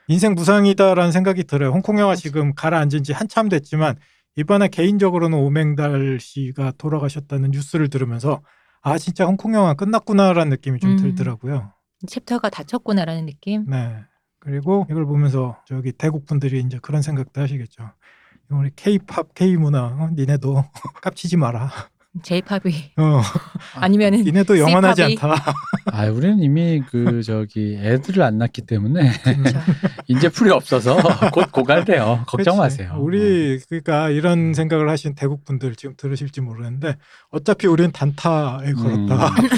인생 무상이다라는 생각이 들어요. 홍콩 영화 맞아. 지금 가라앉은 지 한참 됐지만 이번에 개인적으로는 오맹달 씨가 돌아가셨다는 뉴스를 들으면서 아 진짜 홍콩 영화 끝났구나라는 느낌이 좀 음. 들더라고요. 챕터가 다쳤구나라는 느낌. 네. 그리고 이걸 보면서 저기 대국 분들이 이제 그런 생각도 하시겠죠. 우리 K-팝, K-문화, 어, 니네도 깝치지 마라. 제이팝이 어, 아니면은 니네도 영원하지 C-팝이. 않다. 아 우리는 이미 그 저기 애들을 안 낳기 때문에 그렇죠. 인재 풀이 없어서 곧 고갈돼요. 걱정 마세요. 음. 네. 우리 그러니까 이런 생각을 하신 대국 분들 지금 들으실지 모르는데 어차피 우리는 단타에 걸었다. 음.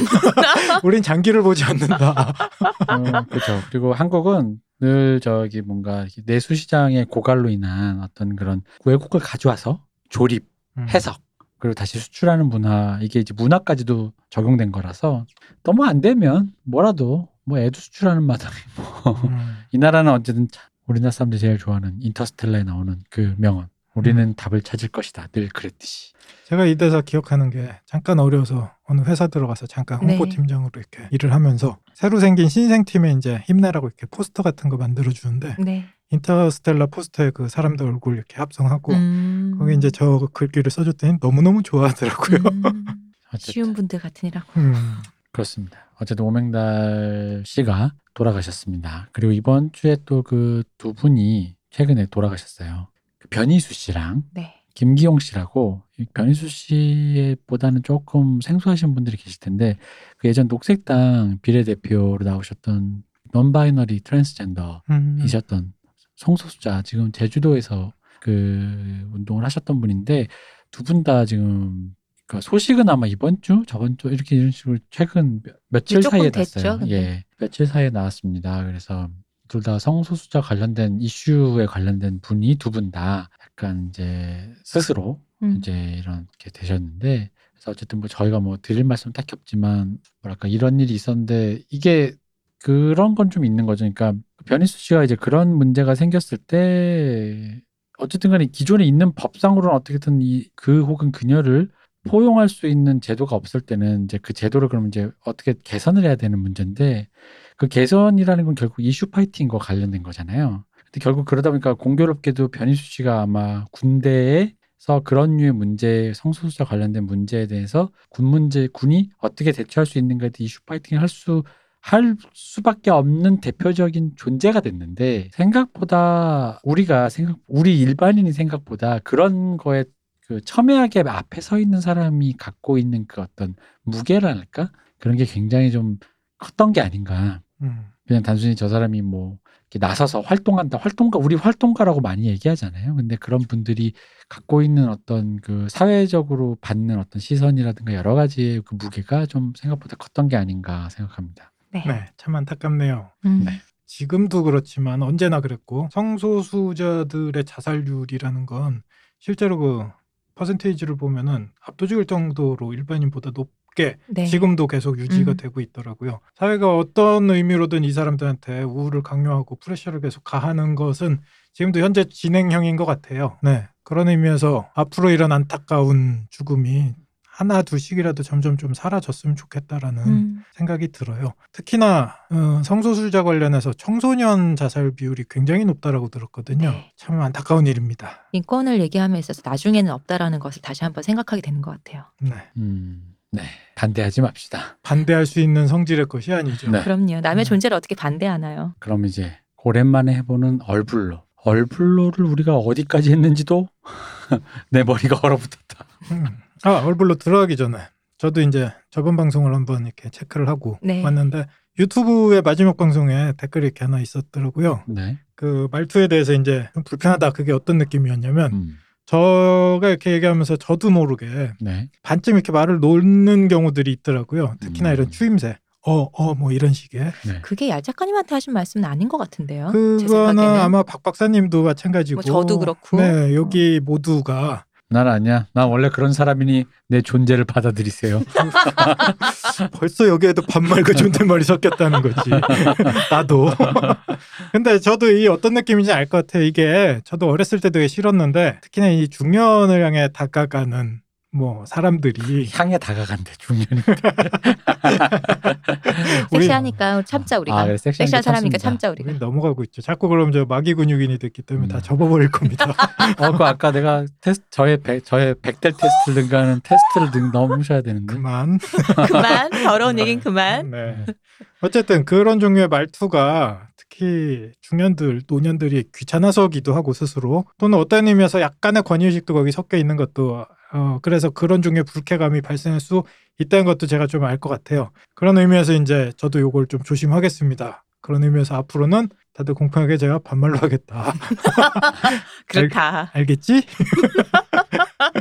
우린 장기를 보지 않는다. 그렇죠. 그리고 한국은 늘 저기 뭔가 이렇게 내수 시장의 고갈로 인한 어떤 그런 외국을 가져와서 조립, 음. 해석 그리고 다시 수출하는 문화 이게 이제 문화까지도 적용된 거라서 너무 안 되면 뭐라도 뭐 애도 수출하는 마당에 뭐 음. 이 나라는 어쨌든 참 우리나라 사람들이 제일 좋아하는 인터스텔라에 나오는 그 명언 우리는 답을 찾을 것이다 늘 그랬듯이 제가 이 대사 기억하는 게 잠깐 어려워서 어느 회사 들어가서 잠깐 네. 홍보팀장으로 이렇게 일을 하면서 새로 생긴 신생팀에 이제 힘내라고 이렇게 포스터 같은 거 만들어 주는데 네. 인터스텔라 포스터에 그 사람들 얼굴 이렇게 합성하고 음. 거기 이제 저 글귀를 써줬더니 너무너무 좋아하더라고요. 음. 어쨌든 쉬운 분들 같으니라고. 음. 그렇습니다. 어쨌든 오맹달 씨가 돌아가셨습니다. 그리고 이번 주에 또 그 두 분이 최근에 돌아가셨어요. 그 변희수 씨랑 네. 김기용 씨라고 이 변희수 씨보다는 조금 생소하신 분들이 계실 텐데 그 예전 녹색당 비례대표로 나오셨던 non-binary 트랜스젠더 음. 이셨던 성소수자 지금 제주도에서 그 운동을 하셨던 분인데 두 분 다 지금 그러니까 소식은 아마 이번 주 저번 주 이렇게 이런 식으로 최근 며- 며칠 조금 사이에 됐죠, 났어요. 근데. 예, 며칠 사이에 나왔습니다. 그래서 둘 다 성소수자 관련된 이슈에 관련된 분이 두 분 다 약간 이제 스스로 음. 이제 이렇게 되셨는데 그래서 어쨌든 뭐 저희가 뭐 드릴 말씀 딱히 없지만 뭐랄까 이런 일이 있었는데 이게 그런 건 좀 있는 거죠. 그러니까 변희수 씨가 이제 그런 문제가 생겼을 때 어쨌든간에 기존에 있는 법상으로는 어떻게든 이 그 혹은 그녀를 포용할 수 있는 제도가 없을 때는 이제 그 제도를 그럼 이제 어떻게 개선을 해야 되는 문제인데 그 개선이라는 건 결국 이슈 파이팅과 관련된 거잖아요. 근데 결국 그러다 보니까 공교롭게도 변희수 씨가 아마 군대에서 그런 류의 문제, 성소수자 관련된 문제에 대해서 군 문제, 군이 어떻게 대처할 수 있는가에 대해 이슈 파이팅을 할 수, 할 수밖에 없는 대표적인 존재가 됐는데 생각보다 우리가 생각, 우리 일반인이 생각보다 그런 거에 그 첨예하게 앞에 서 있는 사람이 갖고 있는 그 어떤 무게랄까? 그런 게 굉장히 좀 컸던 게 아닌가. 음. 그냥 단순히 저 사람이 뭐 이렇게 나서서 활동한다 활동가 우리 활동가라고 많이 얘기하잖아요 근데 그런 분들이 갖고 있는 어떤 그 사회적으로 받는 어떤 시선이라든가 여러 가지의 그 무게가 좀 생각보다 컸던 게 아닌가 생각합니다 네. 네, 참 안타깝네요. 음. 네. 지금도 그렇지만 언제나 그랬고 성소수자들의 자살률이라는 건 실제로 그 퍼센테이지를 보면은 압도적일 정도로 일반인보다 높게 네. 지금도 계속 유지가 음. 되고 있더라고요. 사회가 어떤 의미로든 이 사람들한테 우울을 강요하고 프레셔를 계속 가하는 것은 지금도 현재 진행형인 것 같아요. 네. 그런 의미에서 앞으로 이런 안타까운 죽음이 하나 둘씩이라도 점점 좀 사라졌으면 좋겠다라는 음. 생각이 들어요. 특히나 어, 성소수자 관련해서 청소년 자살 비율이 굉장히 높다라고 들었거든요. 네. 참 안타까운 일입니다. 인권을 얘기함에 있어서 나중에는 없다라는 것을 다시 한번 생각하게 되는 것 같아요. 네. 음, 네 반대하지 맙시다 반대할 수 있는 성질의 것이 아니죠. 네. 그럼요. 남의 네. 존재를 어떻게 반대하나요? 그럼 이제 오랜만에 해보는 얼불로 얼불로를 우리가 어디까지 했는지도 내 머리가 얼어붙었다 음. 아 얼굴로 들어가기 전에 저도 이제 저번 방송을 한번 이렇게 체크를 하고 네. 왔는데 유튜브의 마지막 방송에 댓글이 이렇게 하나 있었더라고요. 네 그 말투에 대해서 이제 좀 불편하다 그게 어떤 느낌이었냐면 음, 저가 이렇게 얘기하면서 저도 모르게 네. 반쯤 이렇게 말을 놓는 경우들이 있더라고요. 특히나 음. 이런 추임새. 어, 어, 뭐 이런 식의. 네. 그게 얄 작가님한테 하신 말씀은 아닌 것 같은데요. 어? 제 그거는 생각에는 아마 박 박사님도 마찬가지고. 뭐 저도 그렇고. 네, 여기 모두가 난 아니야. 난 원래 그런 사람이니 내 존재를 받아들이세요. 벌써 여기에도 반말과 존댓말이 섞였다는 거지. 나도. 근데 저도 이 어떤 느낌인지 알 것 같아요. 이게 저도 어렸을 때 되게 싫었는데 특히나 이 중년을 향해 다가가는 뭐 사람들이 향에 다가간대 중년이. 섹시하니까 참자 우리가. 아, 그래, 섹시한 섹시한 게 참습니다. 사람이니까 참자 우리가. 우린 넘어가고 있죠. 자꾸 그럼 저 마기 근육인이 됐기 때문에 음. 다 접어버릴 겁니다. 어, 그 아까 내가 테스트 저의 백, 저의 백델 테스트를 등가는 테스트를 등 넘으셔야 되는데. 그만. 그만 더러운 얘긴 그만. 네. 어쨌든 그런 종류의 말투가 특히 중년들, 노년들이 귀찮아서기도 하고 스스로 또는 어떤 의미에서 약간의 권위의식도 거기 섞여 있는 것도 어, 그래서 그런 종류의 불쾌감이 발생할 수 있다는 것도 제가 좀 알 것 같아요. 그런 의미에서 이제 저도 요걸 좀 조심하겠습니다. 그런 의미에서 앞으로는 다들 공평하게 제가 반말로 하겠다. 그렇다. 알겠지?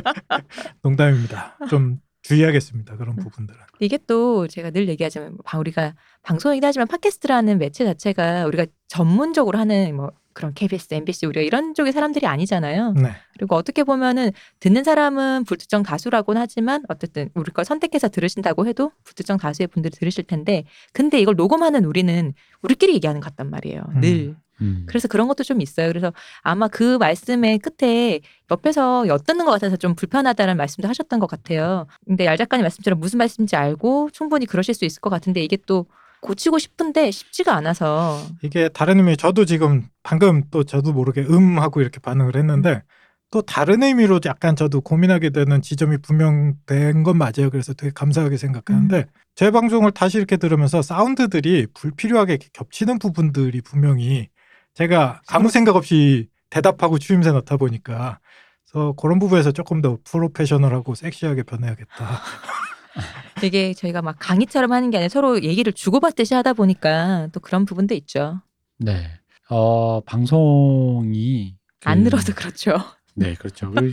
농담입니다. 좀 주의하겠습니다. 그런 부분들은. 이게 또 제가 늘 얘기하지만 뭐 방- 우리가 방송이긴 하지만 팟캐스트라는 매체 자체가 우리가 전문적으로 하는 뭐 그런 KBS, MBC 우리가 이런 쪽의 사람들이 아니잖아요. 네. 그리고 어떻게 보면은 듣는 사람은 불특정 다수라고는 하지만 어쨌든 우리 걸 선택해서 들으신다고 해도 불특정 다수의 분들이 들으실 텐데 근데 이걸 녹음하는 우리는 우리끼리 얘기하는 것 같단 말이에요. 음. 늘. 음. 그래서 그런 것도 좀 있어요. 그래서 아마 그 말씀의 끝에 옆에서 엿듣는 것 같아서 좀 불편하다는 말씀도 하셨던 것 같아요. 근데 얄 작가님 말씀처럼 무슨 말씀인지 알고 충분히 그러실 수 있을 것 같은데 이게 또 고치고 싶은데 쉽지가 않아서 이게 다른 의미 저도 지금 방금 또 저도 모르게 음 하고 이렇게 반응을 했는데 또 다른 의미로 약간 저도 고민하게 되는 지점이 분명 된 건 맞아요. 그래서 되게 감사하게 생각하는데 제 방송을 다시 이렇게 들으면서 사운드들이 불필요하게 이렇게 겹치는 부분들이 분명히 제가 아무 생각 없이 대답하고 추임새 넣다 보니까 그래서 그런 부분에서 조금 더 프로페셔널하고 섹시하게 변해야겠다. 이게 저희가 막 강의처럼 하는 게 아니라 서로 얘기를 주고받듯이 하다 보니까 또 그런 부분도 있죠. 네. 어 방송이 그- 안 늘어도 그렇죠. 네 그렇죠. 그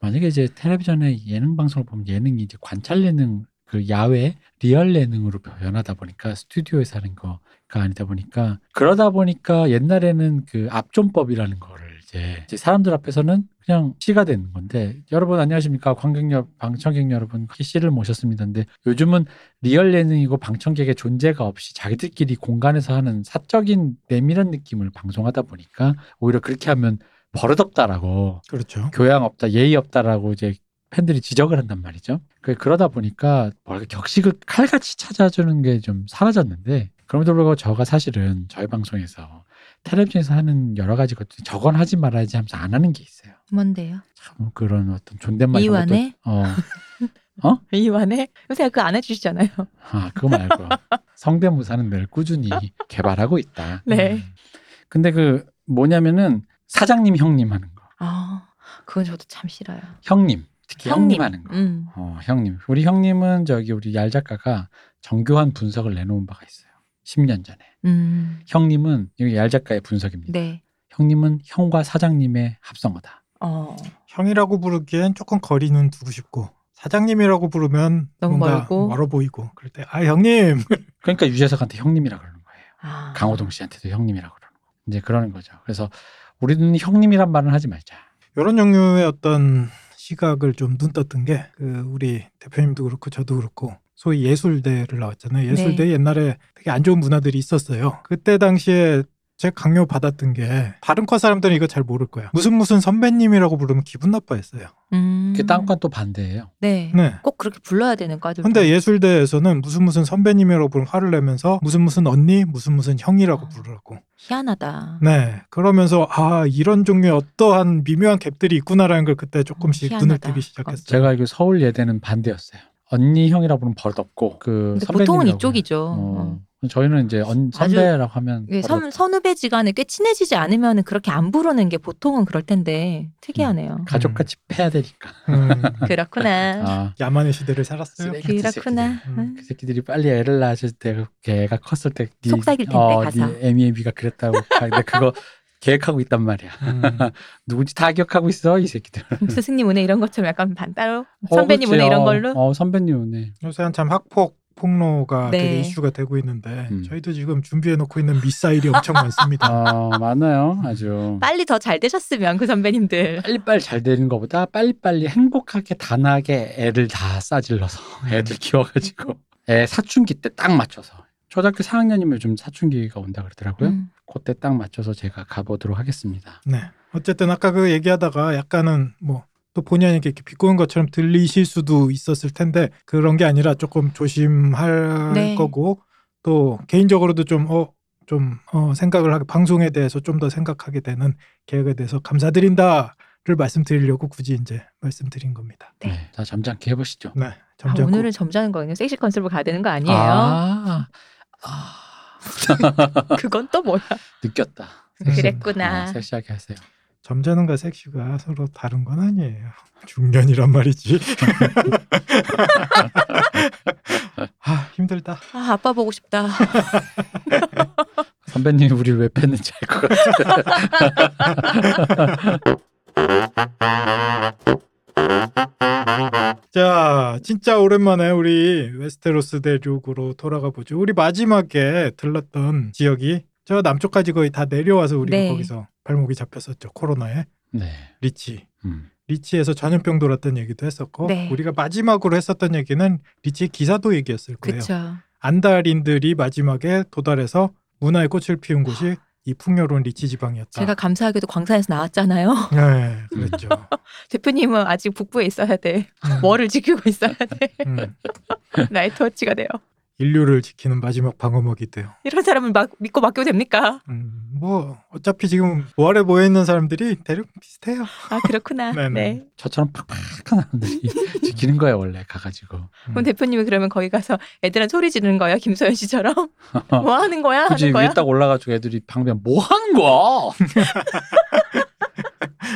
만약에 이제 텔레비전에 예능 방송을 보면 예능이 이제 관찰 예능 그 야외 리얼 예능으로 변하다 보니까 스튜디오에서 하는 거가 아니다 보니까 그러다 보니까 옛날에는 그 앞존법이라는 거를 이제 이제, 이제 사람들 앞에서는 그냥 씨가 되는 건데 여러분 안녕하십니까 관객 여 방청객 여러분 키 씨를 모셨습니다. 근데 요즘은 리얼 예능이고 방청객의 존재가 없이 자기들끼리 공간에서 하는 사적인 내밀한 느낌을 방송하다 보니까 오히려 그렇게 하면 버릇없다라고 그렇죠. 교양 없다, 예의 없다라고 이제 팬들이 지적을 한단 말이죠. 그 그러다 보니까 뭐랄까 격식을 칼같이 찾아주는 게 좀 사라졌는데 그럼에도 불구하고 저가 사실은 저희 방송에서 텔레비전에서 하는 여러 가지 것들 저건 하지 말아야지 하면서 안 하는 게 있어요. 뭔데요? 참 그런 어떤 존댓말 이런 것도- 이완해? 어, 이완해? 요새 그거 안 해주시잖아요. 아 그거 말고 성대모사는 늘 꾸준히 개발하고 있다. 네. 음. 근데 그 뭐냐면은 사장님 형님 하는 거, 아, 그건 저도 참 싫어요. 형님 특히 형님. 형님, 하는 거. 음. 어, 형님. 우리 형님은 저기 우리 얄 작가가 정교한 분석을 내놓은 바가 있어요. 10년 전에. 음. 형님은 이거 얄 작가의 분석입니다. 네. 형님은 형과 사장님의 합성어다. 어. 형이라고 부르기엔 조금 거리는 두고 싶고 사장님이라고 부르면 너무 뭔가 멀고. 멀어 보이고 그럴 때 아 형님 그러니까 유재석한테 형님이라 그러는 거예요. 아. 강호동 씨한테도 형님이라 그러는 거. 이제 그러는 거죠. 그래서 우리는 형님이란 말은 하지 말자. 이런 종류의 어떤 시각을 좀 눈떴던 게 그 우리 대표님도 그렇고 저도 그렇고 소위 예술대를 나왔잖아요. 네. 예술대 옛날에 되게 안 좋은 문화들이 있었어요. 그때 당시에 제 강요 받았던 게 다른 과 사람들은 이거 잘 모를 거야. 무슨 무슨 선배님이라고 부르면 기분 나빠했어요. 음. 그게 딴 건 또 반대예요. 네. 네. 꼭 그렇게 불러야 되는 과들. 근데 예술대에서는 무슨 무슨 선배님이라고 부르면 화를 내면서 무슨 무슨 언니, 무슨 무슨 형이라고 아. 부르라고. 희한하다. 네. 그러면서 아, 이런 종류의 어떠한 미묘한 갭들이 있구나라는 걸 그때 조금씩 희한하다. 눈을 뜨기 시작했어요. 제가 알기로 서울 예대는 반대였어요. 언니 형이라 부르면 버릇없고 그 근데 선배님이라고 보통은 해요. 이쪽이죠. 어. 어. 예, 저희는 이제 언, 선배라고 하면 이게 선, 버릇없다. 선후배지간에 꽤 친해지지 않으면 그렇게 안 부르는 게 보통은 그럴 텐데 특이하네요. 가족같이 패야 되니까. 음, 그렇구나. 음. 아, 야만의 시대를 살았어요. 쓰레기 같은 그렇구나. 아. 새끼들. 음. 그 새끼들이 빨리 애를 낳았을 때 걔가 컸을 때 네- 속삭일 텐데, 어, 가서. 네 애미애비가 그랬다고 근데 그거 계획하고 있단 말이야 음. 누군지 다 기억하고 있어 이 새끼들 아. 스승님 은혜 이런 것처럼 약간 반따로 어, 선배님 그치. 은혜 이런 어, 걸로. 어 선배님 은혜 요새 한참 학폭 폭로가 네. 되게 이슈가 되고 있는데 음. 저희도 지금 준비해 놓고 있는 미사일이 엄청 많습니다. 어, 많아요 아주 빨리 더 잘 되셨으면 그 선배님들. 빨리빨리 잘 되는 것보다 빨리빨리 행복하게 단아하게 애를 다 싸질러서 애들 키워가지고 애 사춘기 때 딱 맞춰서 초등학교 4학년이면 요즘 사춘기가 온다 그러더라고요 음. 그때 딱 맞춰서 제가 가보도록 하겠습니다 네. 어쨌든 아까 그 얘기하다가 약간은 뭐 또 본의 아니게 이렇게 비꼬는 것처럼 들리실 수도 있었을 텐데 그런 게 아니라 조금 조심할 네. 거고 또 개인적으로도 좀 어 좀 어, 생각을 하게 방송에 대해서 좀 더 생각하게 되는 계획에 대해서 감사드린다를 말씀드리려고 굳이 이제 말씀드린 겁니다. 네. 자 점잖게 해보시죠 네. 아, 점잖고 오늘은 점잖은 거예요. 섹시 컨셉으로 가야 되는 거 아니에요. 아, 아, 그건 또 뭐야? 느꼈다. 그랬구나. 음. 아, 섹시하게 하세요. 점잖은가 섹시가 서로 다른 건 아니에요. 중년이란 말이지. 아 힘들다. 아, 아빠 보고 싶다. 선배님이 우리를 왜 뺐는지 알 것 같아. 자, 진짜 오랜만에 우리 웨스테로스 대륙으로 돌아가 보죠. 우리 마지막에 들렀던 지역이 저 남쪽까지 거의 다 내려와서 우리가 네. 거기서 발목이 잡혔었죠. 코로나에 네. 리치. 음. 리치에서 전염병 돌았던 얘기도 했었고 네. 우리가 마지막으로 했었던 얘기는 리치 기사도 얘기였을 거예요. 그렇죠. 아. 안달인들이 마지막에 도달해서 문화의 꽃을 피운 곳이 이 풍요로운 리치 지방이었다. 제가 감사하게도 광산에서 나왔잖아요. 네, 그랬죠. 대표님은 아직 북부에 있어야 돼. 음. 월을 지키고 있어야 돼. 음, 나의 터치가 돼요. 인류를 지키는 마지막 방어막이 돼요. 이런 사람을 막 믿고 맡겨도 됩니까? 음, 뭐 어차피 지금 월에 모여 있는 사람들이 대략 비슷해요. 아 그렇구나. 네. 네, 네. 음. 저처럼 팍팍한 사람들이 지키는 거예요 원래 가가지고. 음, 그럼 대표님이 그러면 거기 가서 애들한테 소리 지르는 거야 김소연 씨처럼 뭐 하는 거야 굳이 하는 위에 거야. 딱 올라가지고 애들이 방면 뭐 하는 거야?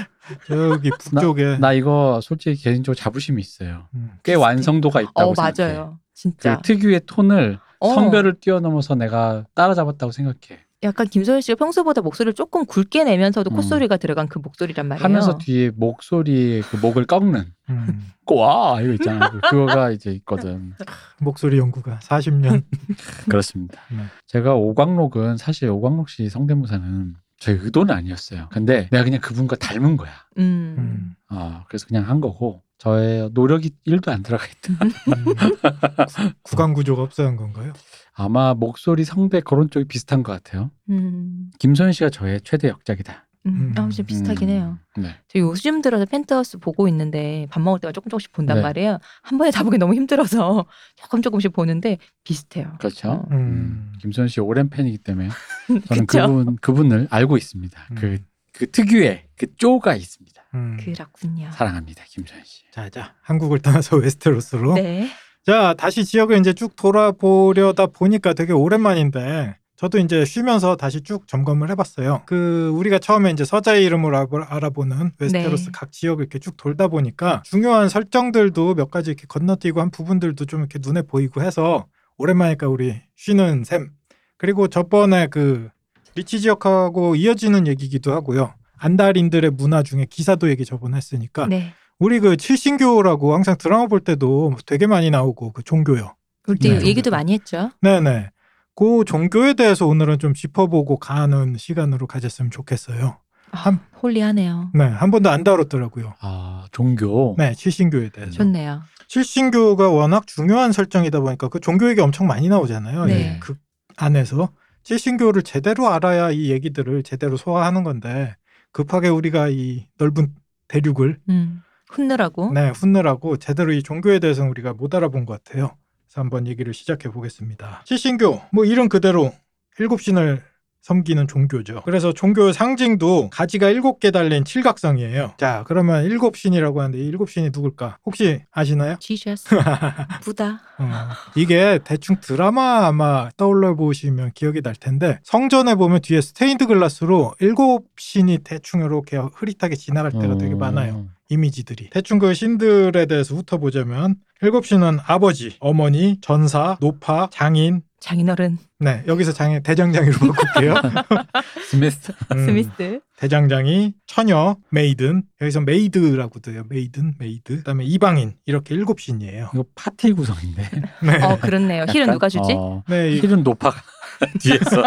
저기 네. 북쪽에 나 이거 솔직히 개인적으로 자부심이 있어요. 음, 꽤 완성도가 있다고 어 생각해. 맞아요. 그 진짜. 특유의 톤을 어. 성별을 뛰어넘어서 내가 따라잡았다고 생각해. 약간 김소연 씨가 평소보다 목소리를 조금 굵게 내면서도 음. 콧소리가 들어간 그 목소리란 말이에요. 하면서 뒤에 목소리에 그 목을 꺾는 음, 꼬아 이거 있잖아. 그거가 이제 있거든. 목소리 연구가 40년. 음, 그렇습니다. 네. 제가 오광록은 사실 오광록 씨 성대모사는 제 의도는 아니었어요. 근데 내가 그냥 그분과 닮은 거야. 음. 음. 어, 그래서 그냥 한 거고 저의 노력이 1도 안 들어가 있다. 음. 구- 구강 구조가 없어한 건가요? 아마 목소리, 성대 그런 쪽이 비슷한 것 같아요. 음. 김소연 씨가 저의 최대 역작이다. 음. 아, 음. 진짜 비슷하긴 음, 해요. 네. 저 요즘 들어서 펜트하우스 보고 있는데 밥 먹을 때가 조금 조금씩 본단 네. 말이에요. 한 번에 다 보기 너무 힘들어서 조금 조금씩 보는데 비슷해요. 그렇죠. 음. 음, 김소연 씨 오랜 팬이기 때문에 그러니까 저는 그쵸? 그분 그분을 알고 있습니다. 그 그 음. 특유의 그 쪼가 있습니다. 음. 그렇군요. 사랑합니다, 김소연 씨. 자, 자, 한국을 떠나서 웨스테로스로. 네. 자, 다시 지역을 이제 쭉 돌아보려다 보니까 되게 오랜만인데 저도 이제 쉬면서 다시 쭉 점검을 해봤어요. 그 우리가 처음에 이제 서자의 이름으로 알아보- 알아보는 웨스테로스 네. 각 지역을 이렇게 쭉 돌다 보니까 중요한 설정들도 몇 가지 이렇게 건너뛰고 한 부분들도 좀 이렇게 눈에 보이고 해서 오랜만이니까 우리 쉬는 셈. 그리고 저번에 그 리치 지역하고 이어지는 얘기기도 하고요. 안달인들의 문화 중에 기사도 얘기 저번에 했으니까 네. 우리 그 칠신교라고 항상 드라마 볼 때도 되게 많이 나오고 그 종교요. 우리 때 네. 얘기도 많이 했죠. 네네. 그 종교에 대해서 오늘은 좀 짚어보고 가는 시간으로 가졌으면 좋겠어요. 아, 한- 음. 홀리하네요. 네, 한 번도 안 다뤘더라고요. 아 종교. 네, 칠신교에 대해서. 좋네요. 칠신교가 워낙 중요한 설정이다 보니까 그 종교 얘기 엄청 많이 나오잖아요. 네. 그 안에서 칠신교를 제대로 알아야 이 얘기들을 제대로 소화하는 건데 급하게 우리가 이 넓은 대륙을 음. 훈느라고. 네, 훈느라고 제대로 이 종교에 대해서는 우리가 못 알아본 것 같아요. 그래서 한번 얘기를 시작해 보겠습니다. 칠신교, 뭐 이름 그대로 일곱 신을 섬기는 종교죠. 그래서 종교의 상징도 가지가 일곱 개 달린 칠각성이에요. 자, 그러면 일곱 신이라고 하는데 이 일곱 신이 누굴까? 혹시 아시나요? 지저스. 부다. 어, 이게 대충 드라마 아마 떠올려 보시면 기억이 날 텐데 성전에 보면 뒤에 스테인드 글라스로 일곱 신이 대충 이렇게 흐릿하게 지나갈 때가 되게 어, 많아요. 이미지들이 대충 그 신들에 대해서 훑어보자면 일곱 신은 아버지, 어머니, 전사, 노파, 장인 장인어른. 네 여기서 장인 대장장이로 바꿀게요 스미스. 음, 스미스. 대장장이, 처녀, 메이든 여기서 메이드라고도 해요 메이든, 메이드 그다음에 이방인 이렇게 일곱 신이에요 이거 파티 구성인데. 네, 어, 그렇네요. 힐은 약간, 누가 주지? 어, 네, 이 힐은 노파가 뒤에서.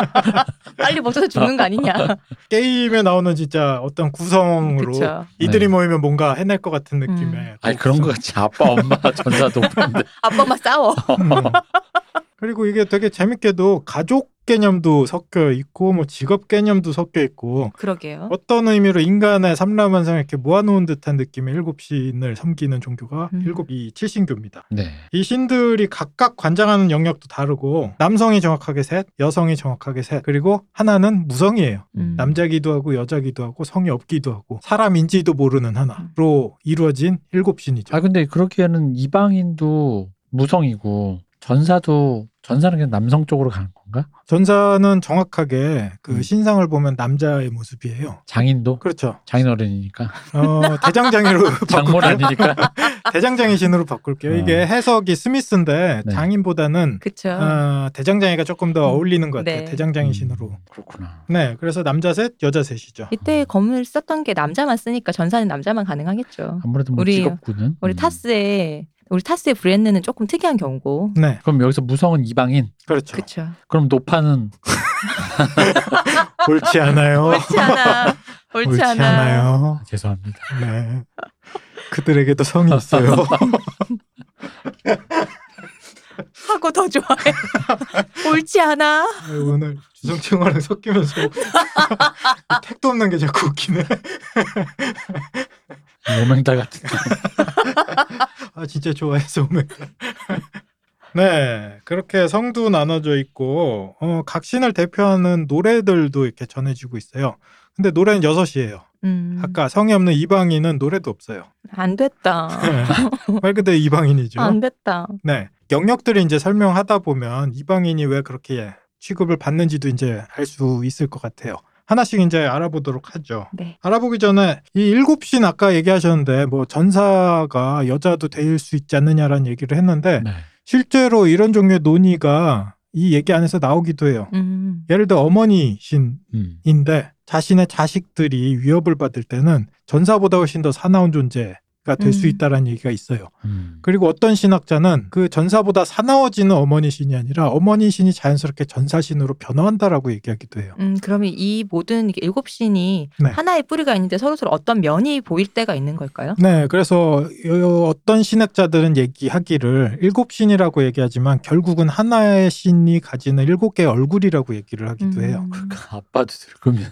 빨리 멈춰서 죽는 거 아니냐. 게임에 나오는 진짜 어떤 구성으로 그렇죠. 이들이 네. 모이면 뭔가 해낼 것 같은 느낌의 음. 아니 그런 거 같이 아빠 엄마 전사 노파인데. 아빠만 싸워. 음. 그리고 이게 되게 재밌게도 가족 개념도 섞여 있고 뭐 직업 개념도 섞여 있고 그러게요. 어떤 의미로 인간의 삼라만상 이렇게 모아놓은 듯한 느낌의 일곱 신을 섬기는 종교가 음. 일곱 이 칠신교입니다. 네. 이 신들이 각각 관장하는 영역도 다르고 남성이 정확하게 셋, 여성이 정확하게 셋, 그리고 하나는 무성이에요. 음. 남자기도 하고 여자기도 하고 성이 없기도 하고 사람인지도 모르는 하나로 이루어진 일곱 신이죠. 아 근데 그렇게는 이방인도 무성이고 전사도 전사는 그냥 남성 쪽으로 가는 건가? 전사는 정확하게 그 음. 신상을 보면 남자의 모습이에요. 장인도 그렇죠. 장인 어른이니까 어, 대장장이로 장모는 아니니까 대장장이 신으로 바꿀게요. 이게 어. 해석이 스미스인데 네. 장인보다는 그쵸. 아, 대장장이가 조금 더 음, 어울리는 것 같아요. 네. 대장장이 신으로. 음, 그렇구나. 네, 그래서 남자 셋, 여자 셋이죠. 이때 검을 썼던 게 남자만 쓰니까 전사는 남자만 가능하겠죠. 아무래도 뭐 우리- 직업군은 우리 음. 타스의 우리 타스의 브랜드는 조금 특이한 경고. 네, 그럼 여기서 무성은 이방인, 그렇죠. 그렇죠. 그럼 노파는 옳지 않아요. 그 옳지 않아. 옳지, 않아. 않아요. 아, 죄송합니다. 네. 그들에게도 성이 있어요. 하고 더 좋아해. 옳지 않아. 아유, 네, 오늘 주성채화랑 섞이면서 그 택도 없는 게 자꾸 웃기네. 노맹달 같은. 아 진짜 좋아해서 오늘. 네, 그렇게 성도 나눠져 있고 어, 각 신을 대표하는 노래들도 이렇게 전해지고 있어요. 근데 노래는 여섯이에요. 음, 아까 성이 없는 이방인은 노래도 없어요. 네. 안 됐다. 말 그대로 이방인이죠. 안 됐다. 네. 영역들을 이제 설명하다 보면 이방인이 왜 그렇게 취급을 받는지도 이제 알 수 있을 것 같아요. 하나씩 이제 알아보도록 하죠. 네. 알아보기 전에 이 일곱 신 아까 얘기하셨는데 뭐 전사가 여자도 될 수 있지 않느냐라는 얘기를 했는데 네. 실제로 이런 종류의 논의가 이 얘기 안에서 나오기도 해요. 음. 예를 들어 어머니 음. 신인데 자신의 자식들이 위협을 받을 때는 전사보다 훨씬 더 사나운 존재, 될 수 음. 있다라는 얘기가 있어요. 음. 그리고 어떤 신학자는 그 전사보다 사나워지는 어머니 신이 아니라 어머니 신이 자연스럽게 전사 신으로 변화한다라고 얘기하기도 해요. 음, 그러면 이 모든 이게 일곱 신이 네. 하나의 뿌리가 있는데 서로서로 어떤 면이 보일 때가 있는 걸까요? 네, 그래서 요- 어떤 신학자들은 얘기하기를 일곱 신이라고 얘기하지만 결국은 하나의 신이 가지는 일곱 개의 얼굴이라고 얘기를 하기도 해요. 음. 그 아빠도 늙으면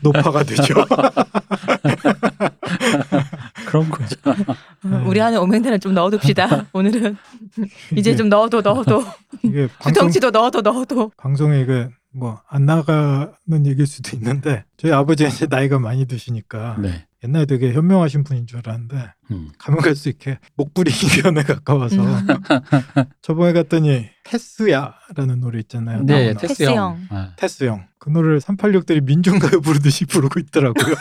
노파가 되죠. 그런 거잖아. 음, 우리 안에 오명대는 좀 넣어둡시다. 오늘은 이제 좀 넣어도 넣어도 이게 예. 방송 음. 두통치도 넣어도 넣어도 방송에 이게 뭐 안 나가는 얘기일 수도 있는데 저희 아버지 이제 나이가 많이 드시니까 네. 옛날에 되게 현명하신 분인 줄 알았는데 음. 가면 갈수 있게 목부리 인견에 가까워서 음. 저번에 갔더니 테스야라는 노래 있잖아요. 네, 나오나. 테스- 테스 형. 형. 아, 테스 형. 그 노래를 386들이 민중가요 부르듯이 부르고 있더라고요.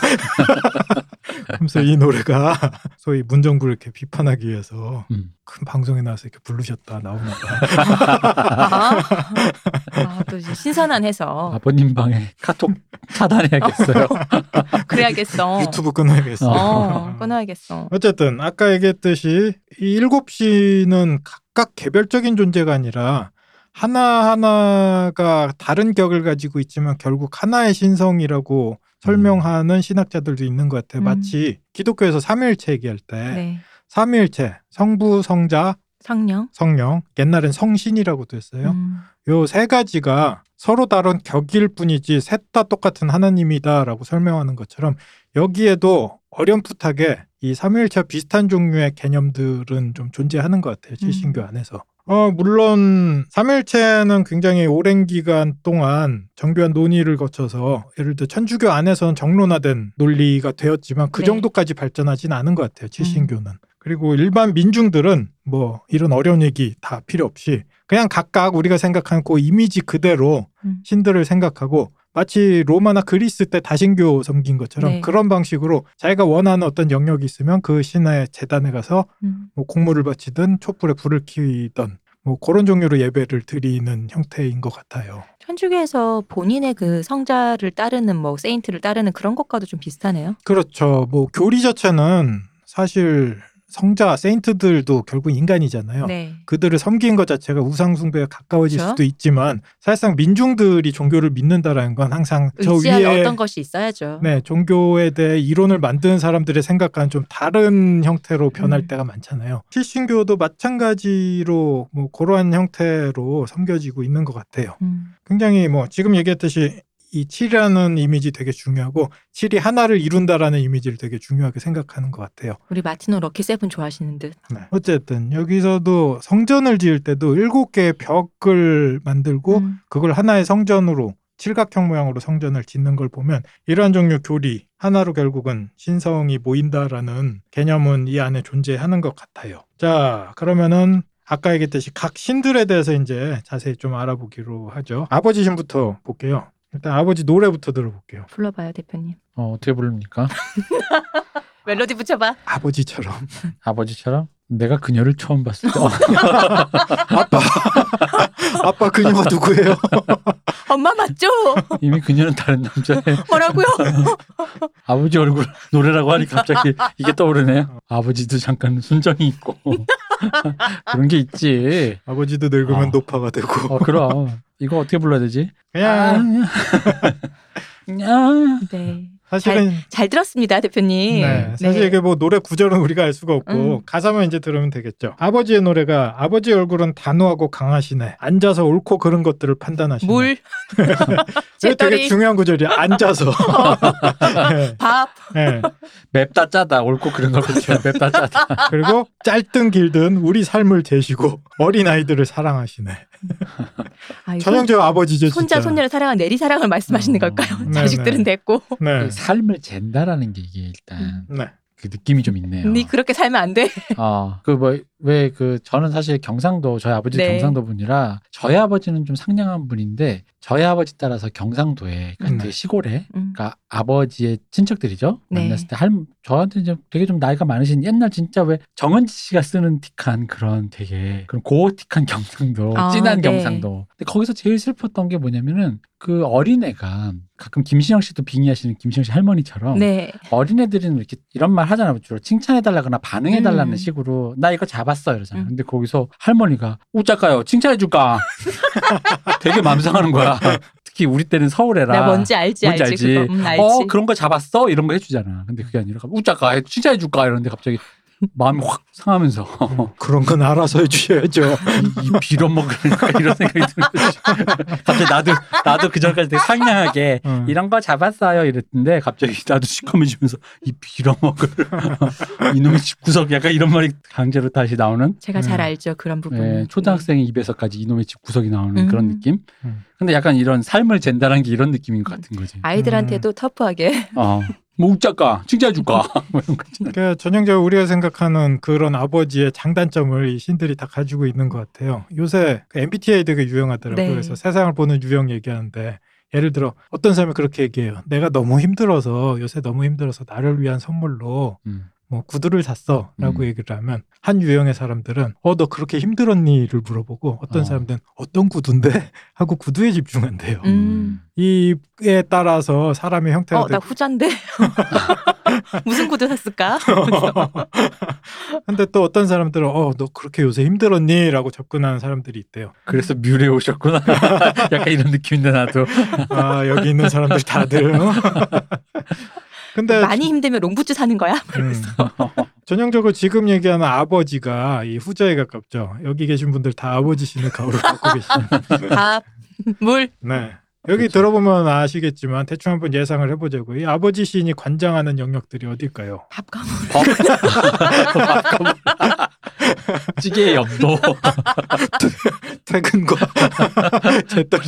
그래서 이 노래가 소위 문정부를 이렇게 비판하기 위해서 음. 큰 방송에 나와서 이렇게 부르셨다 나오나 봐. 아또 신선한 해석 아버님 방에 카톡 차단해야겠어요. 그래야겠어. 아, 유튜브 아. 끊어야겠어. 어 끊어야겠어. 어쨌든 아까 얘기했듯이 이 일곱 시는 각각 개별적인 존재가 아니라 하나하나가 다른 격을 가지고 있지만 결국 하나의 신성이라고 설명하는 신학자들도 있는 것 같아요. 음. 마치 기독교에서 삼위일체 얘기할 때 네 삼위일체 성부, 성자, 성령. 성령 옛날엔 성신이라고도 했어요. 음. 요 세 가지가 서로 다른 격일 뿐이지 셋 다 똑같은 하나님이다라고 설명하는 것처럼 여기에도 어렴풋하게 이 삼위일체와 비슷한 종류의 개념들은 좀 존재하는 것 같아요. 칠신교 음. 안에서. 어, 물론 삼일체는 굉장히 오랜 기간 동안 정교한 논의를 거쳐서 예를 들어 천주교 안에서는 정론화된 논리가 되었지만 그 네. 음. 정도까지 발전하진 않은 것 같아요. 칠신교는. 그리고 일반 민중들은 뭐 이런 어려운 얘기 다 필요 없이 그냥 각각 우리가 생각하는 그 이미지 그대로 음. 신들을 생각하고 마치 로마나 그리스 때 다신교 섬긴 것처럼 네. 그런 방식으로 자기가 원하는 어떤 영역이 있으면 그 신의 재단에 가서 음. 뭐 공물을 바치든 촛불에 불을 켜던 뭐 그런 종류로 예배를 드리는 형태인 것 같아요. 천주교에서 본인의 그 성자를 따르는 뭐 세인트를 따르는 그런 것과도 좀 비슷하네요. 그렇죠. 뭐 교리 자체는 사실 성자 세인트들도 결국 인간이잖아요. 네. 그들을 섬기는 것 자체가 우상 숭배에 가까워질 그렇죠. 수도 있지만 사실상 민중들이 종교를 믿는다라는 건 항상 저 의지할 위에 어떤 것이 있어야죠. 네, 종교에 대해 이론을 만드는 사람들의 생각과는 좀 다른 형태로 변할 음. 때가 많잖아요. 실신교도 마찬가지로 뭐 그러한 형태로 섬겨지고 있는 것 같아요. 음. 굉장히 뭐 지금 얘기했듯이 이 칠이라는 이미지 되게 중요하고 칠이 하나를 이룬다라는 이미지를 되게 중요하게 생각하는 것 같아요. 우리 마티노 럭키 세븐 좋아하시는 듯. 네. 어쨌든 여기서도 성전을 지을 때도 일곱 개의 벽을 만들고 음. 그걸 하나의 성전으로 칠각형 모양으로 성전을 짓는 걸 보면 이러한 종류 교리 하나로 결국은 신성이 모인다라는 개념은 이 안에 존재하는 것 같아요. 자, 그러면은 아까 얘기했듯이 각 신들에 대해서 이제 자세히 좀 알아보기로 하죠. 아버지 신부터 볼게요. 일단 아버지 노래부터 들어볼게요. 불러봐요 대표님. 어, 어떻게 부릅니까? 멜로디 붙여봐. 아버지처럼. 아버지처럼 내가 그녀를 처음 봤을 때 어, 아빠 그녀가 누구예요? 엄마 맞죠? 이미 그녀는 다른 남자의 뭐라고요? 아버지 얼굴 노래라고 하니 갑자기 이게 떠오르네요. 아버지도 잠깐 순정이 있고 그런 게 있지. 아버지도 늙으면 아. 노파가 되고. 어, 그럼 이거 어떻게 불러야 되지? 그냥 야. 네. 사실은 잘 들었습니다 대표님. 네, 사실 네. 이게 뭐 노래 구절은 우리가 알 수가 없고 음. 가사만 이제 들으면 되겠죠. 아버지의 노래가 아버지 얼굴은 단호하고 강하시네. 앉아서 옳고 그른 것들을 판단하시네. 물, 이게 재떨이, 되게 중요한 구절이야. 앉아서. 예, 밥. 예. 맵다 짜다 옳고 그런 걸 그렇죠. 맵다 짜다. 그리고 짧든 길든 우리 삶을 재시고 어린 아이들을 사랑하시네. 아, 이거 전형적 아버지죠. 손자 진짜. 손녀를 사랑한 내리 사랑을 말씀하시는 걸까요? 음, 네, 자식들은 됐고 네. 삶을 잰다라는 게 이게 일단 네. 그 느낌이 좀 있네요. 네 그렇게 살면 안 돼. 아, 그 뭐 왜 그 저는 사실 경상도 저희 아버지 어. 네. 경상도 분이라 저희 아버지는 좀 상냥한 분인데 저희 아버지 따라서 경상도에 그러니까 음. 되게 시골에 음. 그러니까 아버지의 친척들이죠. 네. 만났을 때 할, 저한테 이제 되게 좀 나이가 많으신 옛날 진짜 왜 정은지 씨가 쓰는 틱한 그런 되게 그런 고어틱한 경상도, 아, 진한 네. 경상도. 근데 거기서 제일 슬펐던 게 뭐냐면은 그 어린애가 가끔 김신영 씨도 빙의하시는 김신영 씨 할머니처럼 네. 어린애들은 이렇게 이런 말 하잖아. 주로 칭찬해달라거나 반응해달라는 음. 식으로 나 이거 잡았어 이러잖아. 음. 근데 거기서 할머니가 우짜까요 칭찬해줄까? 되게 맘상하는 거야. 특히 우리 때는 서울에라. 나 뭔지 알지 뭔지 알지. 알지. 그거. 음, 알지. 어 그런 거 잡았어 이런 거 해주잖아. 근데 그게 아니라 우짜까 칭찬해줄까 이러는데 갑자기 마음이 확 상하면서 그런 건 알아서 해주셔야죠. 이, 이 빌어먹을까 이런 생각이 드는 거지. 갑자기 나도 나도 그 전까지 되게 상냥하게 음. 이런 거 잡았어요 이랬는데 갑자기 나도 시커매지면서 이 빌어먹을 이놈의 집구석 약간 이런 말이 강제로 다시 나오는 제가 잘 음. 알죠 그런 부분. 예, 초등학생의 입에서까지 이놈의 집구석이 나오는 음. 음. 그런 느낌. 음. 근데 약간 이런 삶을 잰다는 게 이런 느낌인 것 같은 거지. 아이들한테도 터프하게. 어. 뭐 웃자까 칭찬해줄까 음. 뭐 이런 거지. 그러니까 전형적으로 우리가 생각하는 그런 아버지의 장단점을 이 신들이 다 가지고 있는 것 같아요. 요새 그 MBTI 되게 유행하더라고요. 네. 그래서 세상을 보는 유형 얘기하는데 예를 들어 어떤 사람이 그렇게 얘기해요. 내가 너무 힘들어서 요새 너무 힘들어서 나를 위한 선물로 음. 뭐 구두를 샀어라고 음. 얘기를 하면 한 유형의 사람들은 어 너 그렇게 힘들었니를 물어보고 어떤 어. 사람들은 어떤 구두인데 하고 구두에 집중한대요. 음. 이에 따라서 사람의 형태가 어나 후잔데. 무슨 구두 샀을까? 근데 또 어떤 사람들은 어 너 그렇게 요새 힘들었니라고 접근하는 사람들이 있대요. 그래서 뮤레 오셨구나. 약간 이런 느낌인데 나도. 아 여기 있는 사람들 다들. 어? 근데 많이 힘들면 롱부츠 사는 거야. 음, 전형적으로 지금 얘기하는 아버지가 이 후자에 가깝죠. 여기 계신 분들 다 아버지시는 가오를 갖고 계시는. 밥, 물. 네. 여기 그렇죠. 들어보면 아시겠지만 대충 한번 예상을 해보자고. 이 아버지 시인이 관장하는 영역들이 어딜까요? 밥과 밥. 밥값. 찌개 엽도, 퇴근과 재떨이.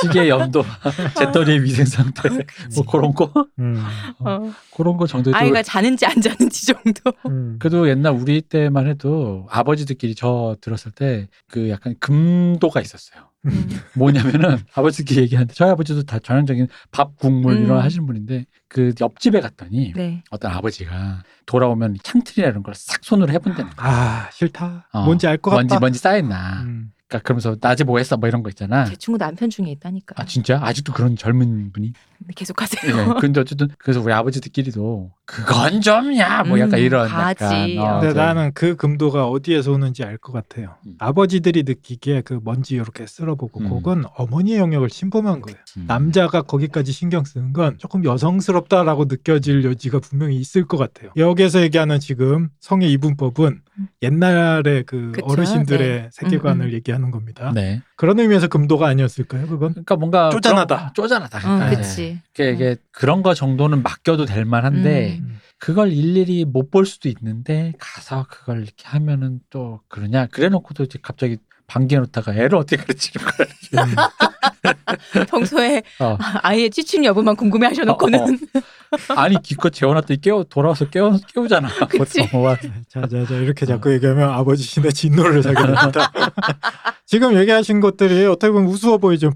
찌개 엽도, 재떨이의 위생 상태, 뭐 그런 거, 음, 어. 그런 거 정도. 아이가 자는지 안 자는지 정도. 음. 그래도 옛날 우리 때만 해도 아버지들끼리 저 들었을 때 그 약간 금도가 있었어요. 음. 뭐냐면은 아버지들끼리 얘기하는데 저희 아버지도 다 전형적인 밥 국물 이런 음. 하시는 분인데 그 옆집에 갔더니 네. 어떤 아버지가 돌아오면 찬틀이나 이런 걸 싹 손으로 해본다는 거야. 아 싫다. 어, 뭔지 알 것 같다. 먼지 먼지 쌓였나. 음. 그러니까 그러면서 낮에 뭐 했어 뭐 이런 거 있잖아. 제 친구 남편 중에 있다니까. 아 진짜 아직도 그런 젊은 분이. 예. 계속하세요. 근데 어쨌든 그래서 우리 아버지들끼리도 그건 좀야 뭐 약간 음, 이런 가지. 약간. 어, 근데 저- 나는 그 금도가 어디에서 오는지 알 것 같아요. 음. 아버지들이 느끼기에 그 먼지 이렇게 쓸어보고 음. 그건 어머니의 영역을 침범한 거예요. 음. 남자가 거기까지 신경 쓰는 건 조금 여성스럽다라고 느껴질 여지가 분명히 있을 것 같아요. 여기에서 얘기하는 지금 성의 이분법은 음. 옛날에 그 그쵸, 어르신들의 세계관을 음, 음. 얘기하는 겁니다. 네. 그런 의미에서 금도가 아니었을까요? 그건 그러니까 뭔가 쪼잔하다. 그런- 쪼잔하다. 응, 그러니까 음, 어, 그치. 이게, 이게 그런 거 정도는 맡겨도 될 만한데 음. 그걸 일일이 못 볼 수도 있는데 가서 그걸 이렇게 하면은 또 그러냐 그래놓고도 이제 갑자기 반기해놓다가 애를 어떻게 가르치는 거야. 음. 평소에 어. 아이의 취침 여부만 궁금해 하셔놓고는. 어, 아니 기껏 재워놨더니 깨워 돌아와서 깨워 깨우잖아. 그치. 어. 보통. 와, 어, 자자자 이렇게 자꾸 얘기하면 아버지 신의 진노를 사게 됩니다. 지금 얘기하신 것들이 어떻게 보면 우스워 보이죠.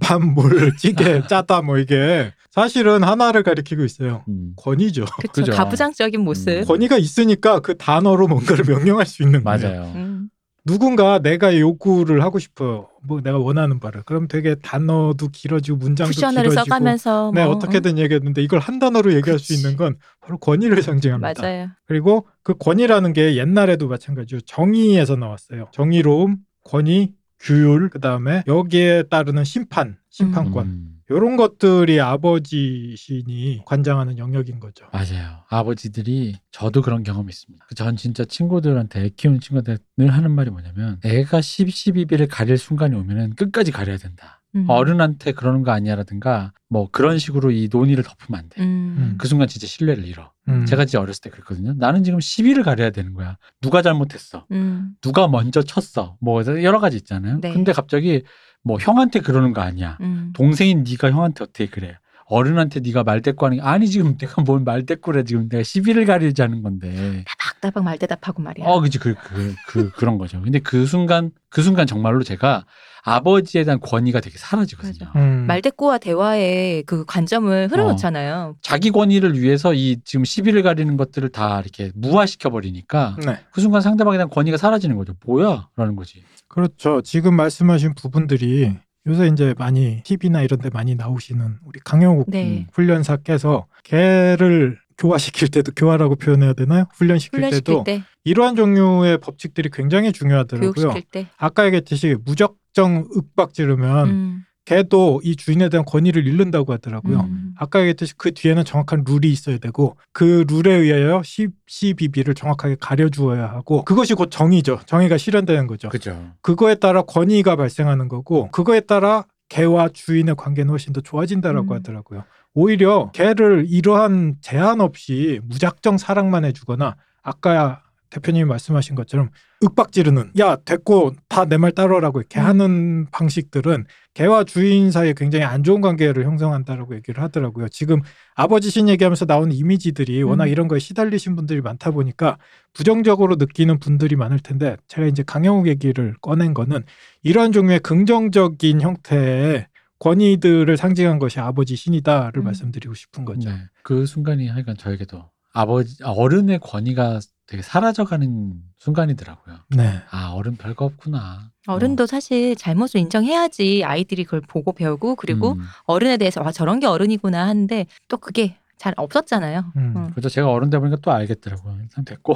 밥물 찌개 짜다 뭐 이게 사실은 하나를 가리키고 있어요. 음, 권위죠. 그쵸. 그죠. 음. 가부장적인 모습. 권위가 있으니까 그 단어로 뭔가를 명령할 수 있는 거예요. 맞아요. 음. 누군가 내가 요구를 하고 싶어요. 뭐 내가 원하는 바를. 그럼 되게 단어도 길어지고 문장도 쿠션을 길어지고. 써가면서. 네 뭐, 어떻게든 얘기했는데 이걸 한 단어로 얘기할 수 그치. 있는 건 바로 권위를 응. 상징합니다. 음. 맞아요. 그리고 그 권위라는 게 옛날에도 마찬가지로 정의에서 나왔어요. 정의로움, 권위, 규율, 그 다음에 여기에 따르는 심판, 심판권. 음, 이런 것들이 아버지 신이 관장하는 영역인 거죠. 맞아요. 아버지들이 저도 그런 경험이 있습니다. 전 진짜 친구들한테 애 키우는 친구한테 늘 하는 말이 뭐냐면 애가 10, 12비를 가릴 순간이 오면은 끝까지 가려야 된다. 음. 어른한테 그러는 거 아니야라든가 뭐 그런 식으로 이 논의를 덮으면 안 돼. 음. 그 순간 진짜 신뢰를 잃어. 음. 제가 진짜 어렸을 때 그랬거든요. 나는 지금 시비를 가려야 되는 거야. 누가 잘못했어? 음. 누가 먼저 쳤어? 뭐 여러 가지 있잖아요. 네. 근데 갑자기 뭐 형한테 그러는 거 아니야. 음. 동생인 네가 형한테 어떻게 그래? 어른한테 네가 말대꾸하는 게 아니 지금 내가 뭘 말대꾸래 지금 내가 시비를 가리자는 건데. 따박따박 말대답하고 말이야. 어, 그지 그, 그, 그 그런 거죠. 근데 그 순간 그 순간 정말로 제가 아버지에 대한 권위가 되게 사라지거든요. 음. 말대꾸와 대화의 그 관점을 흐려놓잖아요. 자기 권위를 위해서 이 지금 시비를 가리는 것들을 다 이렇게 무화시켜 버리니까 음. 네. 그 순간 상대방에 대한 권위가 사라지는 거죠. 뭐야라는 거지. 그렇죠. 지금 말씀하신 부분들이 요새 이제 많이 TV나 이런 데 많이 나오시는 우리 강영욱 음. 네. 훈련사께서 개를 교화시킬 때도 교화라고 표현해야 되나요? 훈련시킬, 훈련시킬 때도 때, 이러한 종류의 법칙들이 굉장히 중요하더라고요. 교육시킬 때. 아까 얘기했듯이 무적정 윽박 지르면 음, 개도 이 주인에 대한 권위를 잃는다고 하더라고요. 음. 아까 얘기했듯이 그 뒤에는 정확한 룰이 있어야 되고 그 룰에 의하여 C, CBB를 정확하게 가려주어야 하고 그것이 곧 정의죠. 정의가 실현되는 거죠. 그죠. 그거에 따라 권위가 발생하는 거고 그거에 따라 개와 주인의 관계는 훨씬 더 좋아진다라고 음. 하더라고요. 오히려 개를 이러한 제한 없이 무작정 사랑만 해주거나 아까 대표님이 말씀하신 것처럼 윽박 지르는 야 됐고 다 내 말 따르라고 이렇게 음. 하는 방식들은 개와 주인 사이에 굉장히 안 좋은 관계를 형성한다라고 얘기를 하더라고요. 지금 아버지 신 얘기하면서 나오는 이미지들이 워낙 음. 이런 거에 시달리신 분들이 많다 보니까 부정적으로 느끼는 분들이 많을 텐데 제가 이제 강영욱 얘기를 꺼낸 거는 이러한 종류의 긍정적인 형태의 권위들을 상징한 것이 아버지 신이다를 음. 말씀드리고 싶은 거죠. 네. 그 순간이 하여간 저에게도 아버지 아, 어른의 권위가 되게 사라져가는 순간이더라고요. 네. 아 어른 별거 없구나. 어른도 사실 잘못을 인정해야지 아이들이 그걸 보고 배우고 그리고 음. 어른에 대해서 와 저런 게 어른이구나 하는데 또 그게 잘 없었잖아요. 음. 어. 그래서 제가 어른 되 보니까 또 알겠더라고요. 참 됐고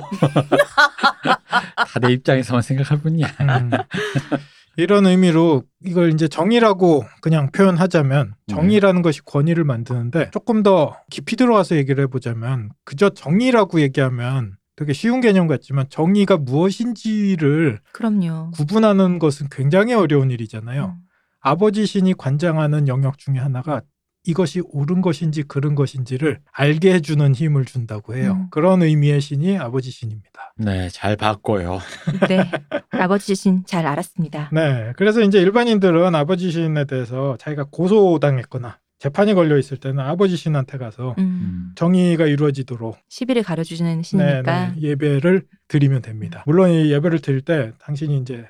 다 내 입장에서만 생각할 뿐이야. 음. 이런 의미로 이걸 이제 정의라고 그냥 표현하자면 네. 정의라는 것이 권위를 만드는데 조금 더 깊이 들어와서 얘기를 해보자면 그저 정의라고 얘기하면 되게 쉬운 개념 같지만 정의가 무엇인지를 그럼요. 구분하는 것은 굉장히 어려운 일이잖아요. 음. 아버지 신이 관장하는 영역 중에 하나가 이것이 옳은 것인지 그른 것인지를 알게 해주는 힘을 준다고 해요. 음. 그런 의미의 신이 아버지 신입니다. 네, 잘 봤고요. 네. 아버지 자신 잘 알았습니다. 네. 그래서 이제 일반인들은 아버지 신에 대해서 자기가 고소당했거나 재판이 걸려 있을 때는 아버지 신한테 가서 음. 정의가 이루어지도록 시비를 가려주시는 네, 신이니까. 네, 예배를 드리면 됩니다. 물론 이 예배를 드릴 때 당신이 이제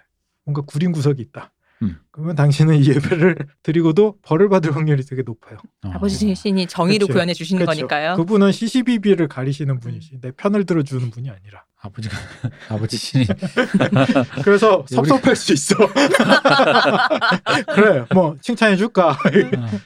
뭔가 구린 구석이 있다. 음. 그러면 당신은 이 예배를 드리고도 벌을 받을 확률이 되게 높아요. 어. 아버지 신이 정의를 그쵸. 구현해 주시는 그렇죠. 거니까요. 그분은 CCBB를 가리시는 분이시 내 편을 들어주는 분이 아니라 아버지가 아버지 신이 그래서 우리- 섭섭할 수 있어 그래 뭐 칭찬해 줄까 아,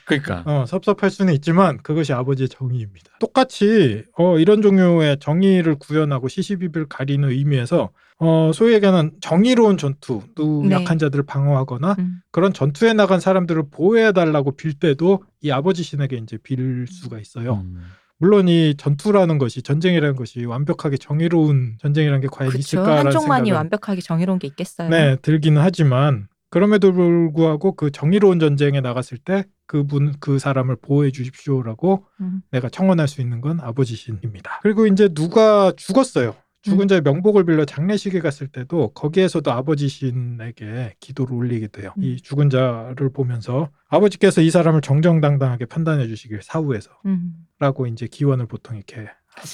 그러니까 어, 섭섭할 수는 있지만 그것이 아버지의 정의입니다 똑같이 어, 이런 종류의 정의를 구현하고 CCBB를 가리는 의미에서 어, 소위 얘기하는 정의로운 전투 또 네. 약한 자들을 방어하거나 음. 그런 전투에 나간 사람들을 보호해 달라고 빌 때도 이 아버지 신에게 이제 빌 수가 있어요 음. 물론 이 전투라는 것이 전쟁이라는 것이 완벽하게 정의로운 전쟁이라는 게 과연 그렇죠. 있을까라는 한쪽만이 네, 생각은 완벽하게 정의로운 게 있겠어요. 네 들기는 하지만 그럼에도 불구하고 그 정의로운 전쟁에 나갔을 때 그분 그 사람을 보호해 주십시오라고 음. 내가 청원할 수 있는 건 아버지신입니다. 그리고 이제 누가 죽었어요. 죽은 음. 자의 명복을 빌려 장례식에 갔을 때도 거기에서도 아버지신에게 기도를 올리게 돼요. 음. 이 죽은 자를 보면서 아버지께서 이 사람을 정정당당하게 판단해 주시길 사후에서라고 음. 이제 기원을 보통 이렇게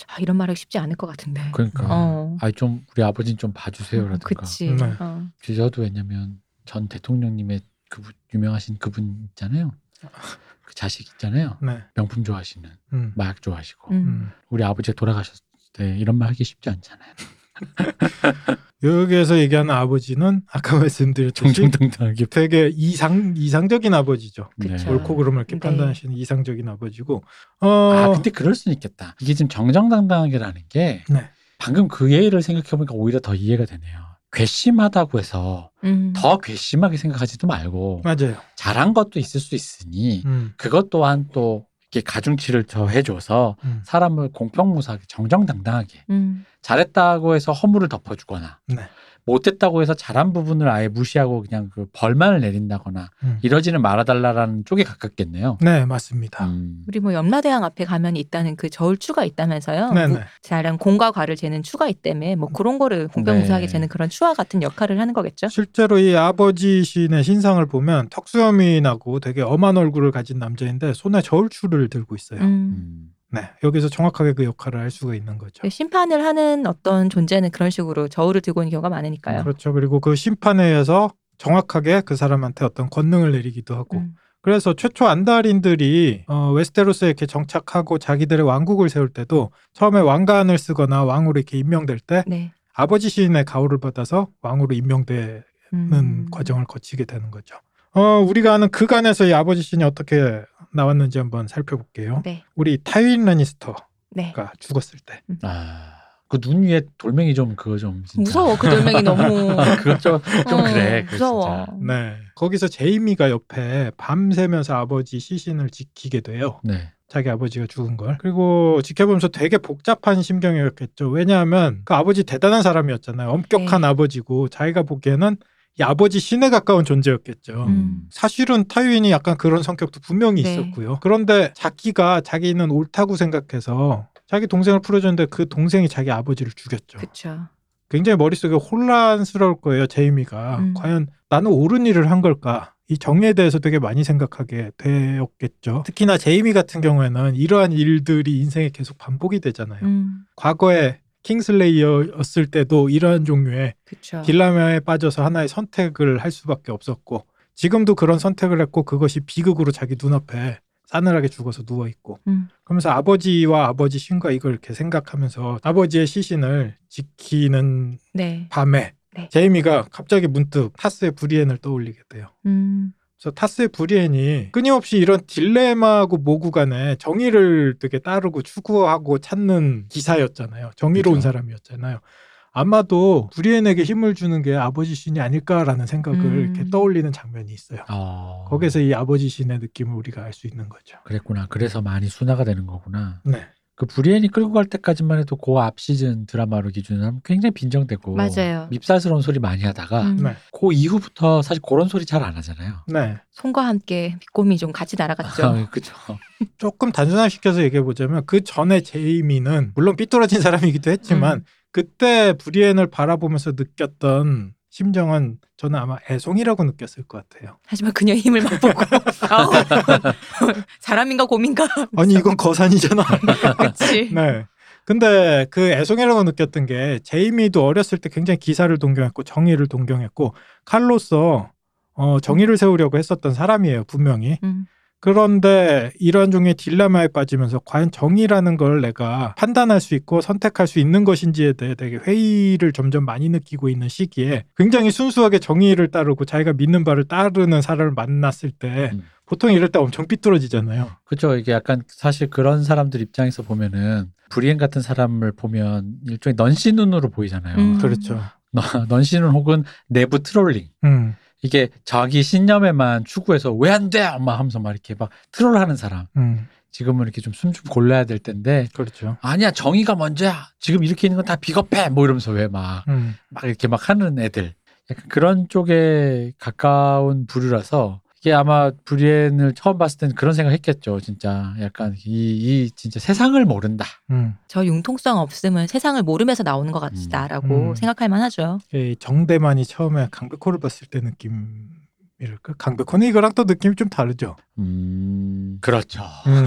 아, 이런 말하기 쉽지 않을 것 같은데. 그러니까 어. 아이 좀 우리 아버지는 좀 봐주세요라든가. 그치. 음. 네. 어. 그 저도 왜냐면 전 대통령님의 그 분- 유명하신 그분 있잖아요. 그 자식 있잖아요. 네. 명품 좋아하시는 음. 마약 좋아하시고 음. 음. 우리 아버지 돌아가셨을 때 이런 말 하기 쉽지 않잖아요. 여기에서 얘기하는 아버지는 아까 말씀드렸듯이 정정당당하게. 되게 이상 이상적인 아버지죠. 그쵸. 옳고 그름을 이렇게 네. 판단하시는 이상적인 아버지고. 어, 아 근데 그럴 수는 있겠다. 이게 지금 정정당당하게라는 게 네. 방금 그 예를 생각해보니까 오히려 더 이해가 되네요. 괘씸하다고 해서 음. 더 괘씸하게 생각하지도 말고 맞아요. 잘한 것도 있을 수 있으니 음, 그것 또한 또 이렇게 가중치를 더해줘서 음. 사람을 공평무사하게 정정당당하게 음. 잘했다고 해서 허물을 덮어주거나 네. 못했다고 해서 잘한 부분을 아예 무시하고 그냥 그 벌만을 내린다거나 음. 이러지는 말아달라라는 쪽에 가깝겠네요. 네, 맞습니다. 음. 우리 뭐 염라대왕 앞에 가면 있다는 그 저울추가 있다면서요. 네, 무- 네. 잘한 공과 과를 재는 추가 있다며 뭐 그런 거를 공평무사하게 네. 재는 그런 추와 같은 역할을 하는 거겠죠. 실제로 이 아버지 시인의 신상을 보면 턱수염이 나고 되게 엄한 얼굴을 가진 남자인데 손에 저울추를 들고 있어요. 음. 음. 네, 여기서 정확하게 그 역할을 알 수가 있는 거죠. 그 심판을 하는 어떤 존재는 그런 식으로 저울을 들고 있는 경우가 많으니까요. 그렇죠. 그리고 그 심판에 의해서 정확하게 그 사람한테 어떤 권능을 내리기도 하고. 음. 그래서 최초 안달인들이 어, 웨스테로스에 이렇게 정착하고 자기들의 왕국을 세울 때도 처음에 왕관을 쓰거나 왕으로 이렇게 임명될 때 네. 아버지 시인의 가호를 받아서 왕으로 임명되는 음. 과정을 거치게 되는 거죠. 어, 우리가 아는 그간에서 이 아버지 시인이 어떻게 나왔는지 한번 살펴볼게요. 네. 우리 타윈 레니스터가 네. 죽었을 때 아, 그 눈 위에 돌멩이 좀 그거 좀 진짜. 무서워 그 돌멩이 너무 그거 좀, 좀 어, 그래. 그거 무서워. 진짜. 네. 거기서 제이미가 옆에 밤새면서 아버지 시신을 지키게 돼요. 네. 자기 아버지가 죽은 걸. 음. 그리고 지켜보면서 되게 복잡한 심경이었겠죠. 왜냐하면 그 아버지 대단한 사람이었잖아요. 엄격한 네. 아버지고 자기가 보기에는 이 아버지 신에 가까운 존재였겠죠. 음. 사실은 타유인이 약간 그런 성격도 분명히 네. 있었고요. 그런데 자기가 자기는 옳다고 생각해서 자기 동생을 풀어줬는데 그 동생이 자기 아버지를 죽였죠. 그렇죠. 굉장히 머릿속에 혼란스러울 거예요, 제이미가. 음. 과연 나는 옳은 일을 한 걸까? 이 정리에 대해서 되게 많이 생각하게 되었겠죠. 특히나 제이미 같은 경우에는 이러한 일들이 인생에 계속 반복이 되잖아요. 음. 과거에 킹슬레이어였을 때도 이러한 종류의 그렇죠. 딜라마에 빠져서 하나의 선택을 할 수밖에 없었고 지금도 그런 선택을 했고 그것이 비극으로 자기 눈앞에 싸늘하게 죽어서 누워 있고 음. 그러면서 아버지와 아버지 신과 이걸 이렇게 생각하면서 아버지의 시신을 지키는 네. 밤에 네. 제이미가 갑자기 문득 타스의 브리엔을 떠올리게 돼요. 음. 그래서 타스의 브리엔이 끊임없이 이런 딜레마하고 모구 간에 정의를 되게 따르고 추구하고 찾는 기사였잖아요. 정의로운 그죠. 사람이었잖아요. 아마도 브리엔에게 힘을 주는 게 아버지 신이 아닐까라는 생각을 음. 이렇게 떠올리는 장면이 있어요. 어. 거기서 이 아버지 신의 느낌을 우리가 알 수 있는 거죠. 그랬구나. 그래서 많이 순화가 되는 거구나. 네. 그 브리엔이 끌고 갈 때까지만 해도 그 앞 시즌 드라마로 기준하면 굉장히 빈정대고 맞아요. 밉살스러운 소리 많이 하다가 음. 네. 그 이후부터 사실 그런 소리 잘 안 하잖아요. 네. 손과 함께 빗곰이 좀 같이 날아갔죠. 아, 그쵸. 조금 단순화시켜서 얘기해 보자면 그 전에 제이미는 물론 삐뚤어진 사람이기도 했지만 음. 그때 브리엔을 바라보면서 느꼈던 심정은 저는 아마 애송이라고 느꼈을 것 같아요. 하지만 그녀의 힘을 맛보고 아우, 사람인가 곰인가 아니 이건 거산이잖아. 그치 네. 근데 그 애송이라고 느꼈던 게 제이미도 어렸을 때 굉장히 기사를 동경했고 정의를 동경했고 칼로서 어, 정의를 세우려고 했었던 사람이에요 분명히. 음, 그런데 이러한 종의 딜레마에 빠지면서 과연 정의라는 걸 내가 판단할 수 있고 선택할 수 있는 것인지에 대해 되게 회의를 점점 많이 느끼고 있는 시기에 굉장히 순수하게 정의를 따르고 자기가 믿는 바를 따르는 사람을 만났을 때 음. 보통 이럴 때 엄청 삐뚤어지잖아요. 그쵸. 이게 약간 사실 그런 사람들 입장에서 보면은 브리엔 같은 사람을 보면 일종의 넌시 눈으로 보이잖아요. 음. 그렇죠. 넌시 눈 혹은 내부 트롤링. 음. 이게 자기 신념에만 추구해서 왜 안 돼? 막 하면서 막 이렇게 막 트롤하는 사람. 음. 지금은 이렇게 좀 숨 좀 골라야 될 텐데 그렇죠. 아니야 정의가 먼저야 지금 이렇게 있는 건 다 비겁해 뭐 이러면서 왜 막 막 음. 이렇게 막 하는 애들 약간 그런 쪽에 가까운 부류라서 이게 아마 브리엔을 처음 봤을 땐 그런 생각했겠죠 진짜 약간 이, 이 진짜 세상을 모른다 음. 저 융통성 없음은 세상을 모르면서 나오는 것 같다라고 음. 생각할 만하죠 이 정대만이 처음에 강백호를 봤을 때 느낌이랄까? 강백호는 이거랑 또 느낌이 좀 다르죠. 음 그렇죠 음.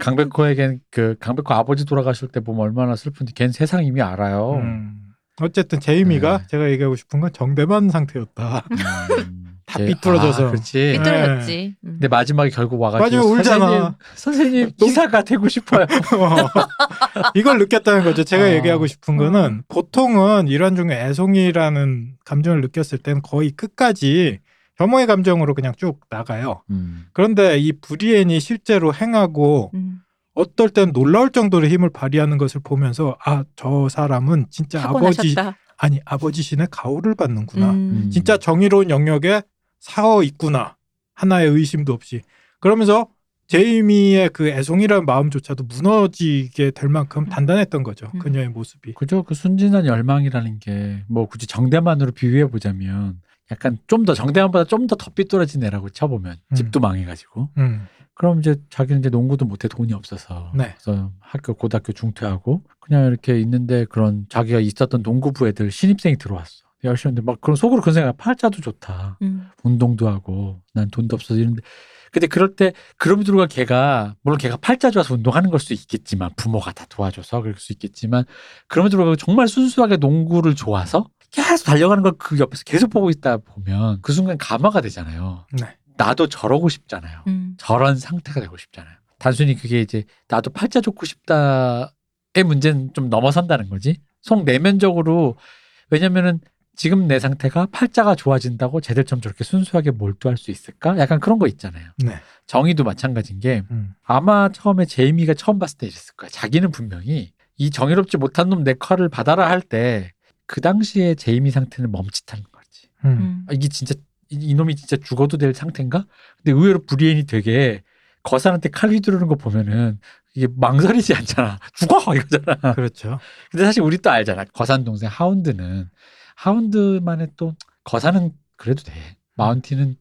강백호에겐 그 강백호 아버지 돌아가실 때 보면 얼마나 슬픈지 걘 세상 이미 알아요 음. 어쨌든 제이미가 네. 제가 얘기하고 싶은 건 정대만 상태였다. 음, 다 이게- 삐뚤어져서. 아, 그렇지 삐뚤어졌지 음. 네. 근데 마지막에 결국 와가지고 마지막에 울잖아. 선생님, 선생님 너무- 기사가 되고 싶어요. 어. 이걸 느꼈다는 거죠. 제가 어. 아. 얘기하고 싶은 음. 거는 보통은 이런 종의 애송이라는 감정을 느꼈을 때는 거의 끝까지 혐오의 감정으로 그냥 쭉 나가요. 음. 그런데 이 브리엔이 실제로 행하고 음. 어떨 땐 놀라울 정도로 힘을 발휘하는 것을 보면서 아 저 사람은 진짜 아버지 타고나셨다 아니 아버지 신의 가호를 받는구나. 음. 진짜 정의로운 영역에 사어 있구나. 하나의 의심도 없이. 그러면서 제이미의 그 애송이라는 마음조차도 무너지게 될 만큼 단단했던 거죠. 음. 그녀의 모습이. 그죠? 그 순진한 열망이라는 게 뭐 굳이 정대만으로 비유해 보자면 약간 좀 더 정대만보다 좀 더 덧삐뚤어진 애라고 쳐보면 음. 집도 망해가지고 음. 그럼 이제 자기는 이제 농구도 못해 돈이 없어서 네. 그래서 학교 고등학교 중퇴하고 그냥 이렇게 있는데 그런 자기가 있었던 농구부 애들 신입생이 들어왔어. 열심히 했는데 막 그런 속으로 그런 생각 팔자도 좋다. 음. 운동도 하고 난 돈도 없어서 이런데 근데 그럴 때 그럼에도 불구하고 걔가 물론 걔가 팔자 좋아서 운동하는 걸 수도 있겠지만 부모가 다 도와줘서 그럴 수 있겠지만 그럼에도 불구하고 정말 순수하게 농구를 좋아서 계속 달려가는 걸 그 옆에서 계속 보고 있다 보면 그 순간 감화가 되잖아요. 네. 나도 저러고 싶잖아요. 음. 저런 상태가 되고 싶잖아요. 단순히 그게 이제 나도 팔자 좋고 싶다의 문제는 좀 넘어선다는 거지. 속 내면적으로 왜냐면은 지금 내 상태가 팔자가 좋아진다고 쟤들처럼 저렇게 순수하게 몰두할 수 있을까? 약간 그런 거 있잖아요. 네. 정의도 마찬가지인 게 음. 아마 처음에 제이미가 처음 봤을 때 이랬을 거야. 자기는 분명히 이 정의롭지 못한 놈 내 칼을 받아라 할 때 그 당시에 제이미 상태는 멈칫한 거지. 음. 음. 아, 이게 진짜 이, 놈이 진짜 죽어도 될 상태인가? 근데 의외로 브리엔이 되게 거산한테 칼 휘두르는 거 보면은 이게 망설이지 않잖아. 죽어 이거잖아. 그렇죠. 근데 사실 우리 또 알잖아. 거산 동생 하운드는 하운드만의 또 거산은 그래도 돼. 마운티는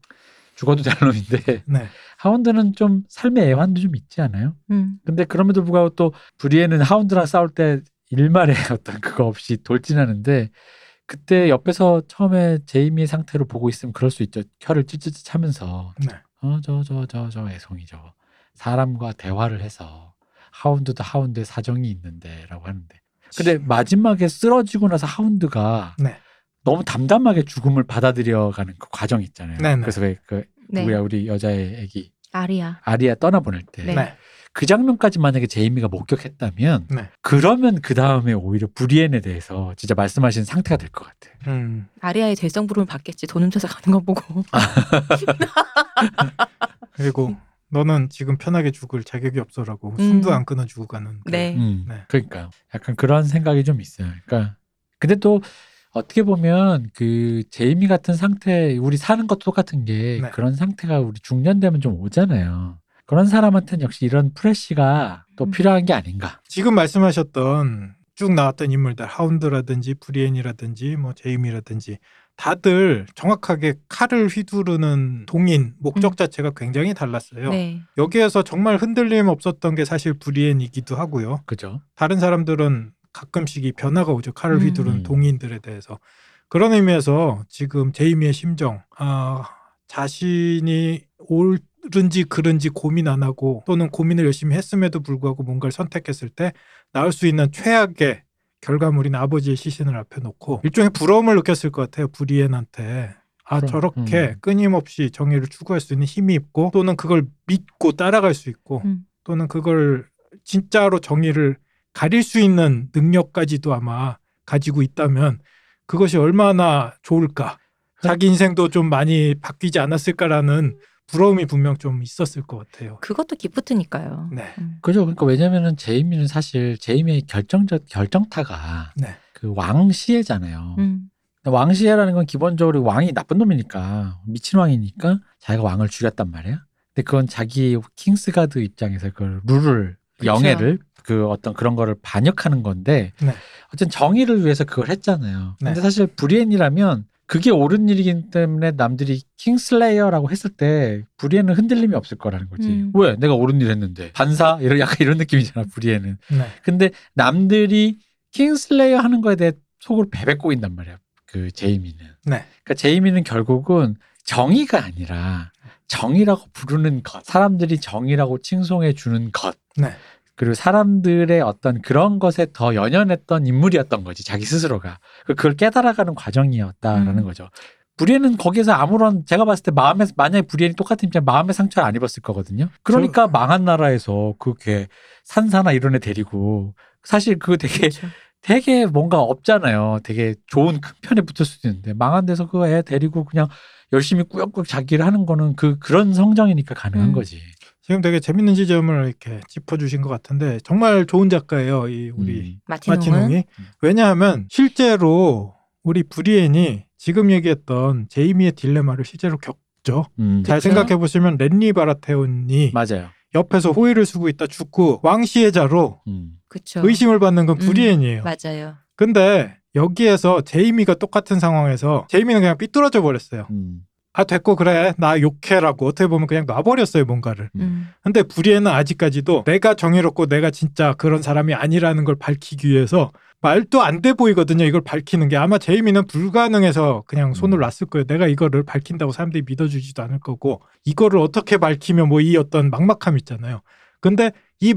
죽어도 될 놈인데 네. 하운드는 좀 삶의 애환도 좀 있지 않아요? 음. 근데 그럼에도 불구하고 또 브리엔은 하운드랑 싸울 때 일말의 어떤 그거 없이 돌진하는데 그때 옆에서 처음에 제이미의 상태로 보고 있으면 그럴 수 있죠. 혀를 찌찌찌 차면서 네. 어 저 저 저 저 애송이 저 사람과 대화를 해서 하운드도 하운드의 사정이 있는데라고 하는데 근데 마지막에 쓰러지고 나서 하운드가 네. 너무 담담하게 죽음을 받아들여가는 그 과정 있잖아요. 네네. 그래서 왜그 네. 누구야 우리 여자의 애기 아리아. 아리아 떠나보낼 때 네. 네. 그 장면까지 만약에 제이미가 목격했다면 네. 그러면 그 다음에 오히려 브리엔에 대해서 진짜 말씀하신 상태가 될 것 같아. 음. 아리아의 죄성 부름을 받겠지. 돈 훔쳐서 가는 거 보고. 아, 그리고 너는 지금 편하게 죽을 자격이 없어라고 숨도 음. 안 끊어주고 가는. 그- 네. 음, 네. 그러니까 약간 그런 생각이 좀 있어요. 그러니까 근데 또 어떻게 보면 그 제이미 같은 상태 우리 사는 것도 똑같은 게 네. 그런 상태가 우리 중년되면 좀 오잖아요. 그런 사람한테는 역시 이런 프레쉬가 또 음. 필요한 게 아닌가. 지금 말씀하셨던 쭉 나왔던 인물들 하운드라든지 브리엔이라든지 뭐 제임이라든지 다들 정확하게 칼을 휘두르는 동인 목적 음. 자체가 굉장히 달랐어요. 네. 여기에서 정말 흔들림 없었던 게 사실 브리엔이기도 하고요. 그죠? 다른 사람들은 가끔씩 이 변화가 오죠. 칼을 음. 휘두르는 음. 동인들에 대해서. 그런 의미에서 지금 제이미의 심정, 아, 자신이 옳은지 그른지 고민 안 하고 또는 고민을 열심히 했음에도 불구하고 뭔가를 선택했을 때 나올 수 있는 최악의 결과물인 아버지의 시신을 앞에 놓고 일종의 부러움을 느꼈을 것 같아요. 브리엔한테. 아, 그럼, 저렇게 음. 끊임없이 정의를 추구할 수 있는 힘이 있고 또는 그걸 믿고 따라갈 수 있고 음. 또는 그걸 진짜로 정의를 가릴 수 있는 능력까지도 아마 가지고 있다면 그것이 얼마나 좋을까. 자기 인생도 좀 많이 바뀌지 않았을까라는 부러움이 분명 좀 있었을 것 같아요. 그것도 기프트니까요. 네. 음. 그죠? 그러니까 왜냐면은 제이미는 사실 제이미의 결정적 결정타가 네. 그 왕시애잖아요. 음. 왕시애라는 건 기본적으로 왕이 나쁜 놈이니까 미친 왕이니까 자기가 왕을 죽였단 말이야. 근데 그건 자기 킹스가드 입장에서 그 룰을 그쵸. 영예를 그 어떤 그런 거를 반역하는 건데 네. 어쨌든 정의를 위해서 그걸 했잖아요. 근데 네. 사실 브리엔이라면 그게 옳은 일이기 때문에 남들이 킹슬레이어라고 했을 때 브리엔은 흔들림이 없을 거라는 거지. 음. 왜 내가 옳은 일 했는데 반사 이런 약간 이런 느낌이잖아 브리엔은. 네. 근데 남들이 킹슬레이어 하는 거에 대해 속으로 베베고 있단 말이야. 그 제이미는. 네. 그러니까 제이미는 결국은 정의가 아니라 정의라고 부르는 것, 사람들이 정의라고 칭송해 주는 것. 네. 그리고 사람들의 어떤 그런 것에 더 연연했던 인물이었던 거지 자기 스스로가 그- 그걸 깨달아가는 과정이었다라는 음. 거죠. 브리엔은 거기에서 아무런 제가 봤을 때 마음에 만약에 브리엔이 똑같은 입장 마음의 상처를 안 입었을 거거든요. 그러니까 망한 나라에서 그게 산사나 이런 애 데리고 사실 그거 되게 그렇죠. 되게 뭔가 없잖아요. 되게 좋은 큰 편에 붙을 수도 있는데 망한 데서 그 애 데리고 그냥 열심히 꾸역꾸역 자기를 하는 거는 그 그런 성장이니까 가능한 음. 거지. 지금 되게 재밌는 지점을 이렇게 짚어주신 것 같은데 정말 좋은 작가예요. 이 우리 음. 마티농은 마티농이 왜냐하면 실제로 우리 브리엔이 지금 얘기했던 제이미의 딜레마를 실제로 겪죠. 음. 잘 그쵸. 생각해 보시면 랜리 바라테온이 맞아요. 옆에서 호의를 쓰고 있다 죽고 왕시혜자로 음. 그렇죠. 의심을 받는 건 음. 불이엔이에요. 맞아요. 근데 여기에서 제이미가 똑같은 상황에서 제이미는 그냥 삐뚤어져 버렸어요. 음. 아 됐고 그래 나 욕해라고 어떻게 보면 그냥 놔버렸어요 뭔가를. 음. 근데 불이에는 아직까지도 내가 정의롭고 내가 진짜 그런 사람이 아니라는 걸 밝히기 위해서 말도 안 돼 보이거든요. 이걸 밝히는 게 아마 제이미는 불가능해서 그냥 손을 음. 놨을 거예요. 내가 이거를 밝힌다고 사람들이 믿어주지도 않을 거고 이거를 어떻게 밝히면 뭐 이 어떤 막막함 있잖아요. 근데 이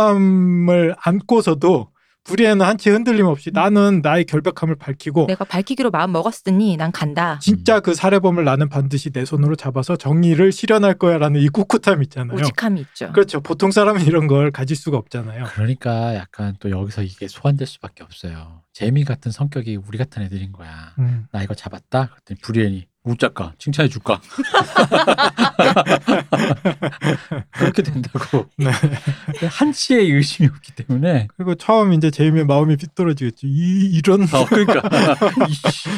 막막함을 안고서도 불이에는 한치 흔들림 음. 없이 나는 나의 결백함을 밝히고 내가 밝히기로 마음 먹었으니 난 간다. 진짜 그 살해범을 나는 반드시 내 손으로 잡아서 정의를 실현할 거야라는 이 꿋꿋함 있잖아요. 오직함이 있죠. 그렇죠. 보통 사람은 이런 걸 가질 수가 없잖아요. 그러니까 약간 또 여기서 이게 소환될 수밖에 없어요. 재미 같은 성격이 우리 같은 애들인 거야. 음. 나 이거 잡았다. 그랬더니 불이엔이 웃자까 칭찬해 줄까. 그렇게 된다고. 네. 한치의 의심이 없기 때문에. 그리고 처음 이제 제이미의 마음이 삐뚤어지겠죠. 이 이런 어, 그러니까. 이씨.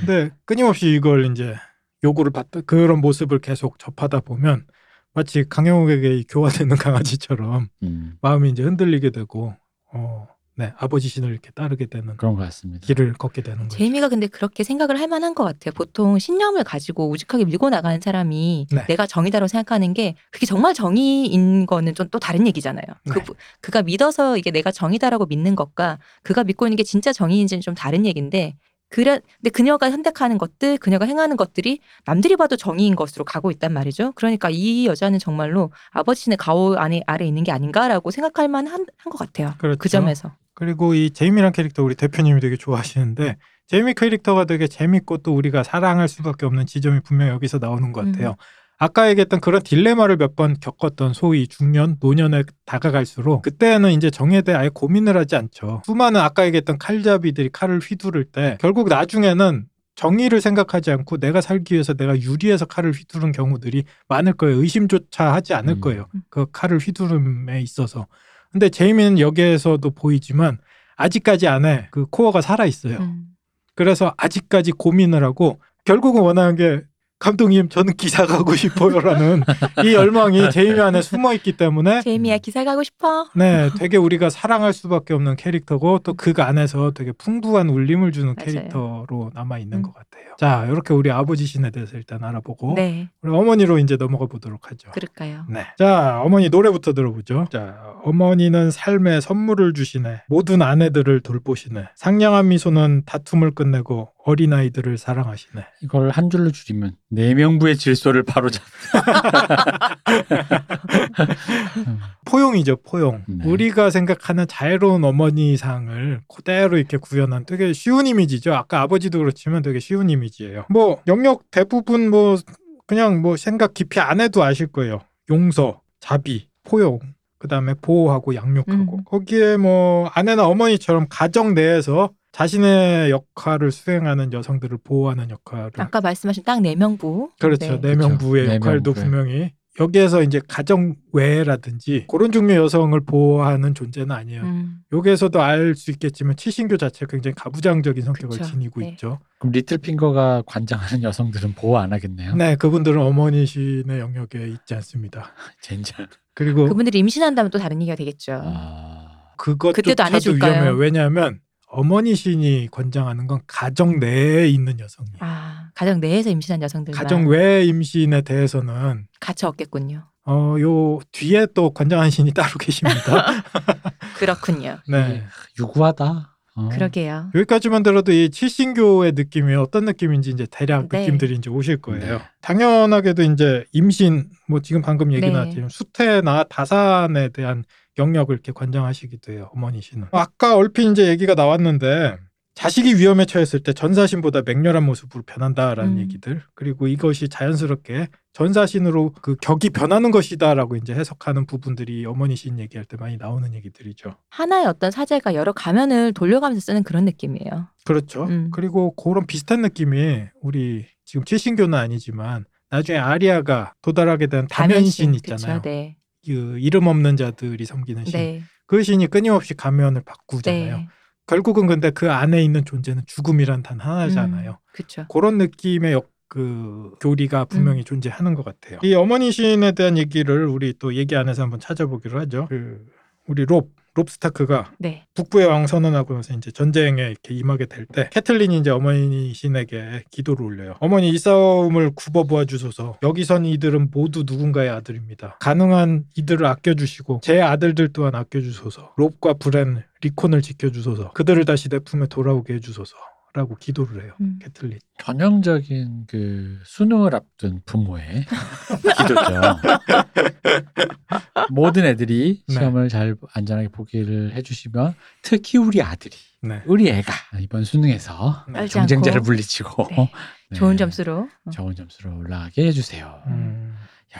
근데 네, 끊임없이 이걸 이제 요구를 받다 그런 모습을 계속 접하다 보면 마치 강영욱에게 이 교화되는 강아지처럼 음, 마음이 이제 흔들리게 되고 어, 네 아버지 신을 이렇게 따르게 되는 그런 것 같습니다. 길을 걷게 되는 거죠. 제이미가 근데 그렇게 생각을 할 만한 것 같아요. 보통 신념을 가지고 우직하게 밀고 나가는 사람이 네. 내가 정의다라고 생각하는 게 그게 정말 정의인 거는 좀 또 다른 얘기잖아요. 그, 네. 그가 믿어서 이게 내가 정의다라고 믿는 것과 그가 믿고 있는 게 진짜 정의인지는 좀 다른 얘기인데 그래, 근데 그녀가 선택하는 것들, 그녀가 행하는 것들이 남들이 봐도 정의인 것으로 가고 있단 말이죠. 그러니까 이 여자는 정말로 아버지네 가오 안에 아래 있는 게 아닌가라고 생각할 만한 한 것 같아요. 그렇죠. 그 점에서. 그리고 이 제이미란 캐릭터 우리 대표님이 되게 좋아하시는데 제이미 캐릭터가 되게 재밌고 또 우리가 사랑할 수밖에 없는 지점이 분명 여기서 나오는 것 같아요. 음. 아까 얘기했던 그런 딜레마를 몇 번 겪었던 소위 중년, 노년에 다가갈수록 그때는 이제 정에 대해 아예 고민을 하지 않죠. 수많은 아까 얘기했던 칼잡이들이 칼을 휘두를 때 결국 나중에는 정의를 생각하지 않고 내가 살기 위해서 내가 유리해서 칼을 휘두른 경우들이 많을 거예요. 의심조차 하지 않을 음. 거예요. 음. 그 칼을 휘두름에 있어서. 근데 제이미는 여기에서도 보이지만 아직까지 안에 그 코어가 살아 있어요. 음. 그래서 아직까지 고민을 하고 결국은 원하는 게 감독님 저는 기사 가고 싶어요라는 이 열망이 제이미 안에 숨어 있기 때문에 제이미야 기사 가고 싶어. 네 되게 우리가 사랑할 수밖에 없는 캐릭터고 또 그 안에서 되게 풍부한 울림을 주는 음. 맞아요. 캐릭터로 남아 있는 음. 것 같아요. 자 이렇게 우리 아버지 신에 대해서 일단 알아보고 네, 우리 어머니로 이제 넘어가 보도록 하죠. 그럴까요? 네. 자, 어머니 노래부터 들어보죠. 자, 어머니는 삶에 선물을 주시네. 모든 아내들을 돌보시네. 상냥한 미소는 다툼을 끝내고 어린아이들을 사랑하시네. 이걸 한 줄로 줄이면 네 내명부의 질서를 바로 잡. 포용이죠, 포용. 네. 우리가 생각하는 자애로운 어머니상을 그대로 이렇게 구현한 되게 쉬운 이미지죠. 아까 아버지도 그렇지만 되게 쉬운 이미지예요. 뭐 영역 대부분 뭐 그냥 뭐 생각 깊이 안 해도 아실 거예요. 용서, 자비, 포용. 그다음에 보호하고 양육하고 음. 거기에 뭐 아내나 어머니처럼 가정 내에서 자신의 역할을 수행하는 여성들을 보호하는 역할을 아까 말씀하신 딱 네 명부. 네. 그렇죠. 네 그렇죠. 명부의 네 역할도 명부의. 분명히 여기에서 이제 가정 외라든지 그런 종류의 여성을 보호하는 존재는 아니에요. 음, 여기에서도 알 수 있겠지만 치신교 자체가 굉장히 가부장적인 성격을 그쵸. 지니고 네. 있죠. 그럼 리틀핑거가 관장하는 여성들은 보호 안 하겠네요. 네, 그분들은 어머니신의 영역에 있지 않습니다. 젠장. 그리고 그분들이 임신한다면 또 다른 얘기가 되겠죠. 아, 그때도 안 그것조차도 해줄까요? 위험해요. 왜냐하면 어머니신이 권장하는 건 가정 내에 있는 여성이에요. 아, 네. 가정 내에서 임신한 여성들만 가정 외 임신에 대해서는 갇혀 없겠군요. 어, 요 뒤에 또 권장하는 신이 따로 계십니다. 그렇군요. 네. 예. 유구하다. 어. 그러게요. 여기까지만 들어도 이 칠신교의 느낌이 어떤 느낌인지 이제 대략 네. 느낌들이 이제 오실 거예요. 네. 당연하게도 이제 임신 뭐 지금 방금 얘기 네. 나왔지만 수태나 다산에 대한 영역을 이렇게 관장하시기도 해요. 어머니시는. 아까 얼핏 이제 얘기가 나왔는데 자식이 위험에 처했을 때 전사신보다 맹렬한 모습으로 변한다라는 음. 얘기들 그리고 이것이 자연스럽게 전사신으로 그 격이 변하는 것이다라고 이제 해석하는 부분들이 어머니신 얘기할 때 많이 나오는 얘기들이죠. 하나의 어떤 사제가 여러 가면을 돌려가면서 쓰는 그런 느낌이에요. 그렇죠. 음. 그리고 그런 비슷한 느낌이 우리 지금 최신교는 아니지만 나중에 아리아가 도달하게 된 다면신 있잖아요. 그쵸, 네, 그 이름 없는 자들이 섬기는 신. 네, 그 신이 끊임없이 가면을 바꾸잖아요. 네, 결국은 근데 그 안에 있는 존재는 죽음이란 단 하나잖아요. 그렇죠. 그런 느낌의 역 그 음. 교리가 분명히 존재하는 것 같아요. 이 어머니 시인에 대한 얘기를 우리 또 얘기 안에서 한번 찾아보기로 하죠. 그 우리 롭, 롭 스타크가 네. 북부의 왕 선언하고 나서 이제 전쟁에 이렇게 임하게 될 때 캐틀린이 이제 어머니 신에게 기도를 올려요. 어머니 이 싸움을 굽어보아 주소서. 여기 선 이들은 모두 누군가의 아들입니다. 가능한 이들을 아껴주시고 제 아들들 또한 아껴주소서. 롭과 브렌, 리콘을 지켜주소서. 그들을 다시 내 품에 돌아오게 해주소서. 라고 기도를 해요. 음. 캐틀린. 전형적인 그 수능을 앞둔 부모의 기도죠. 모든 애들이 네. 시험을 잘 안전하게 보기를 해주시면 특히 우리 아들이 네. 우리 애가 이번 수능에서 네. 어? 알지 않고. 경쟁자를 물리치고 네. 좋은 네, 점수로. 어. 좋은 점수로 올라가게 해주세요. 음.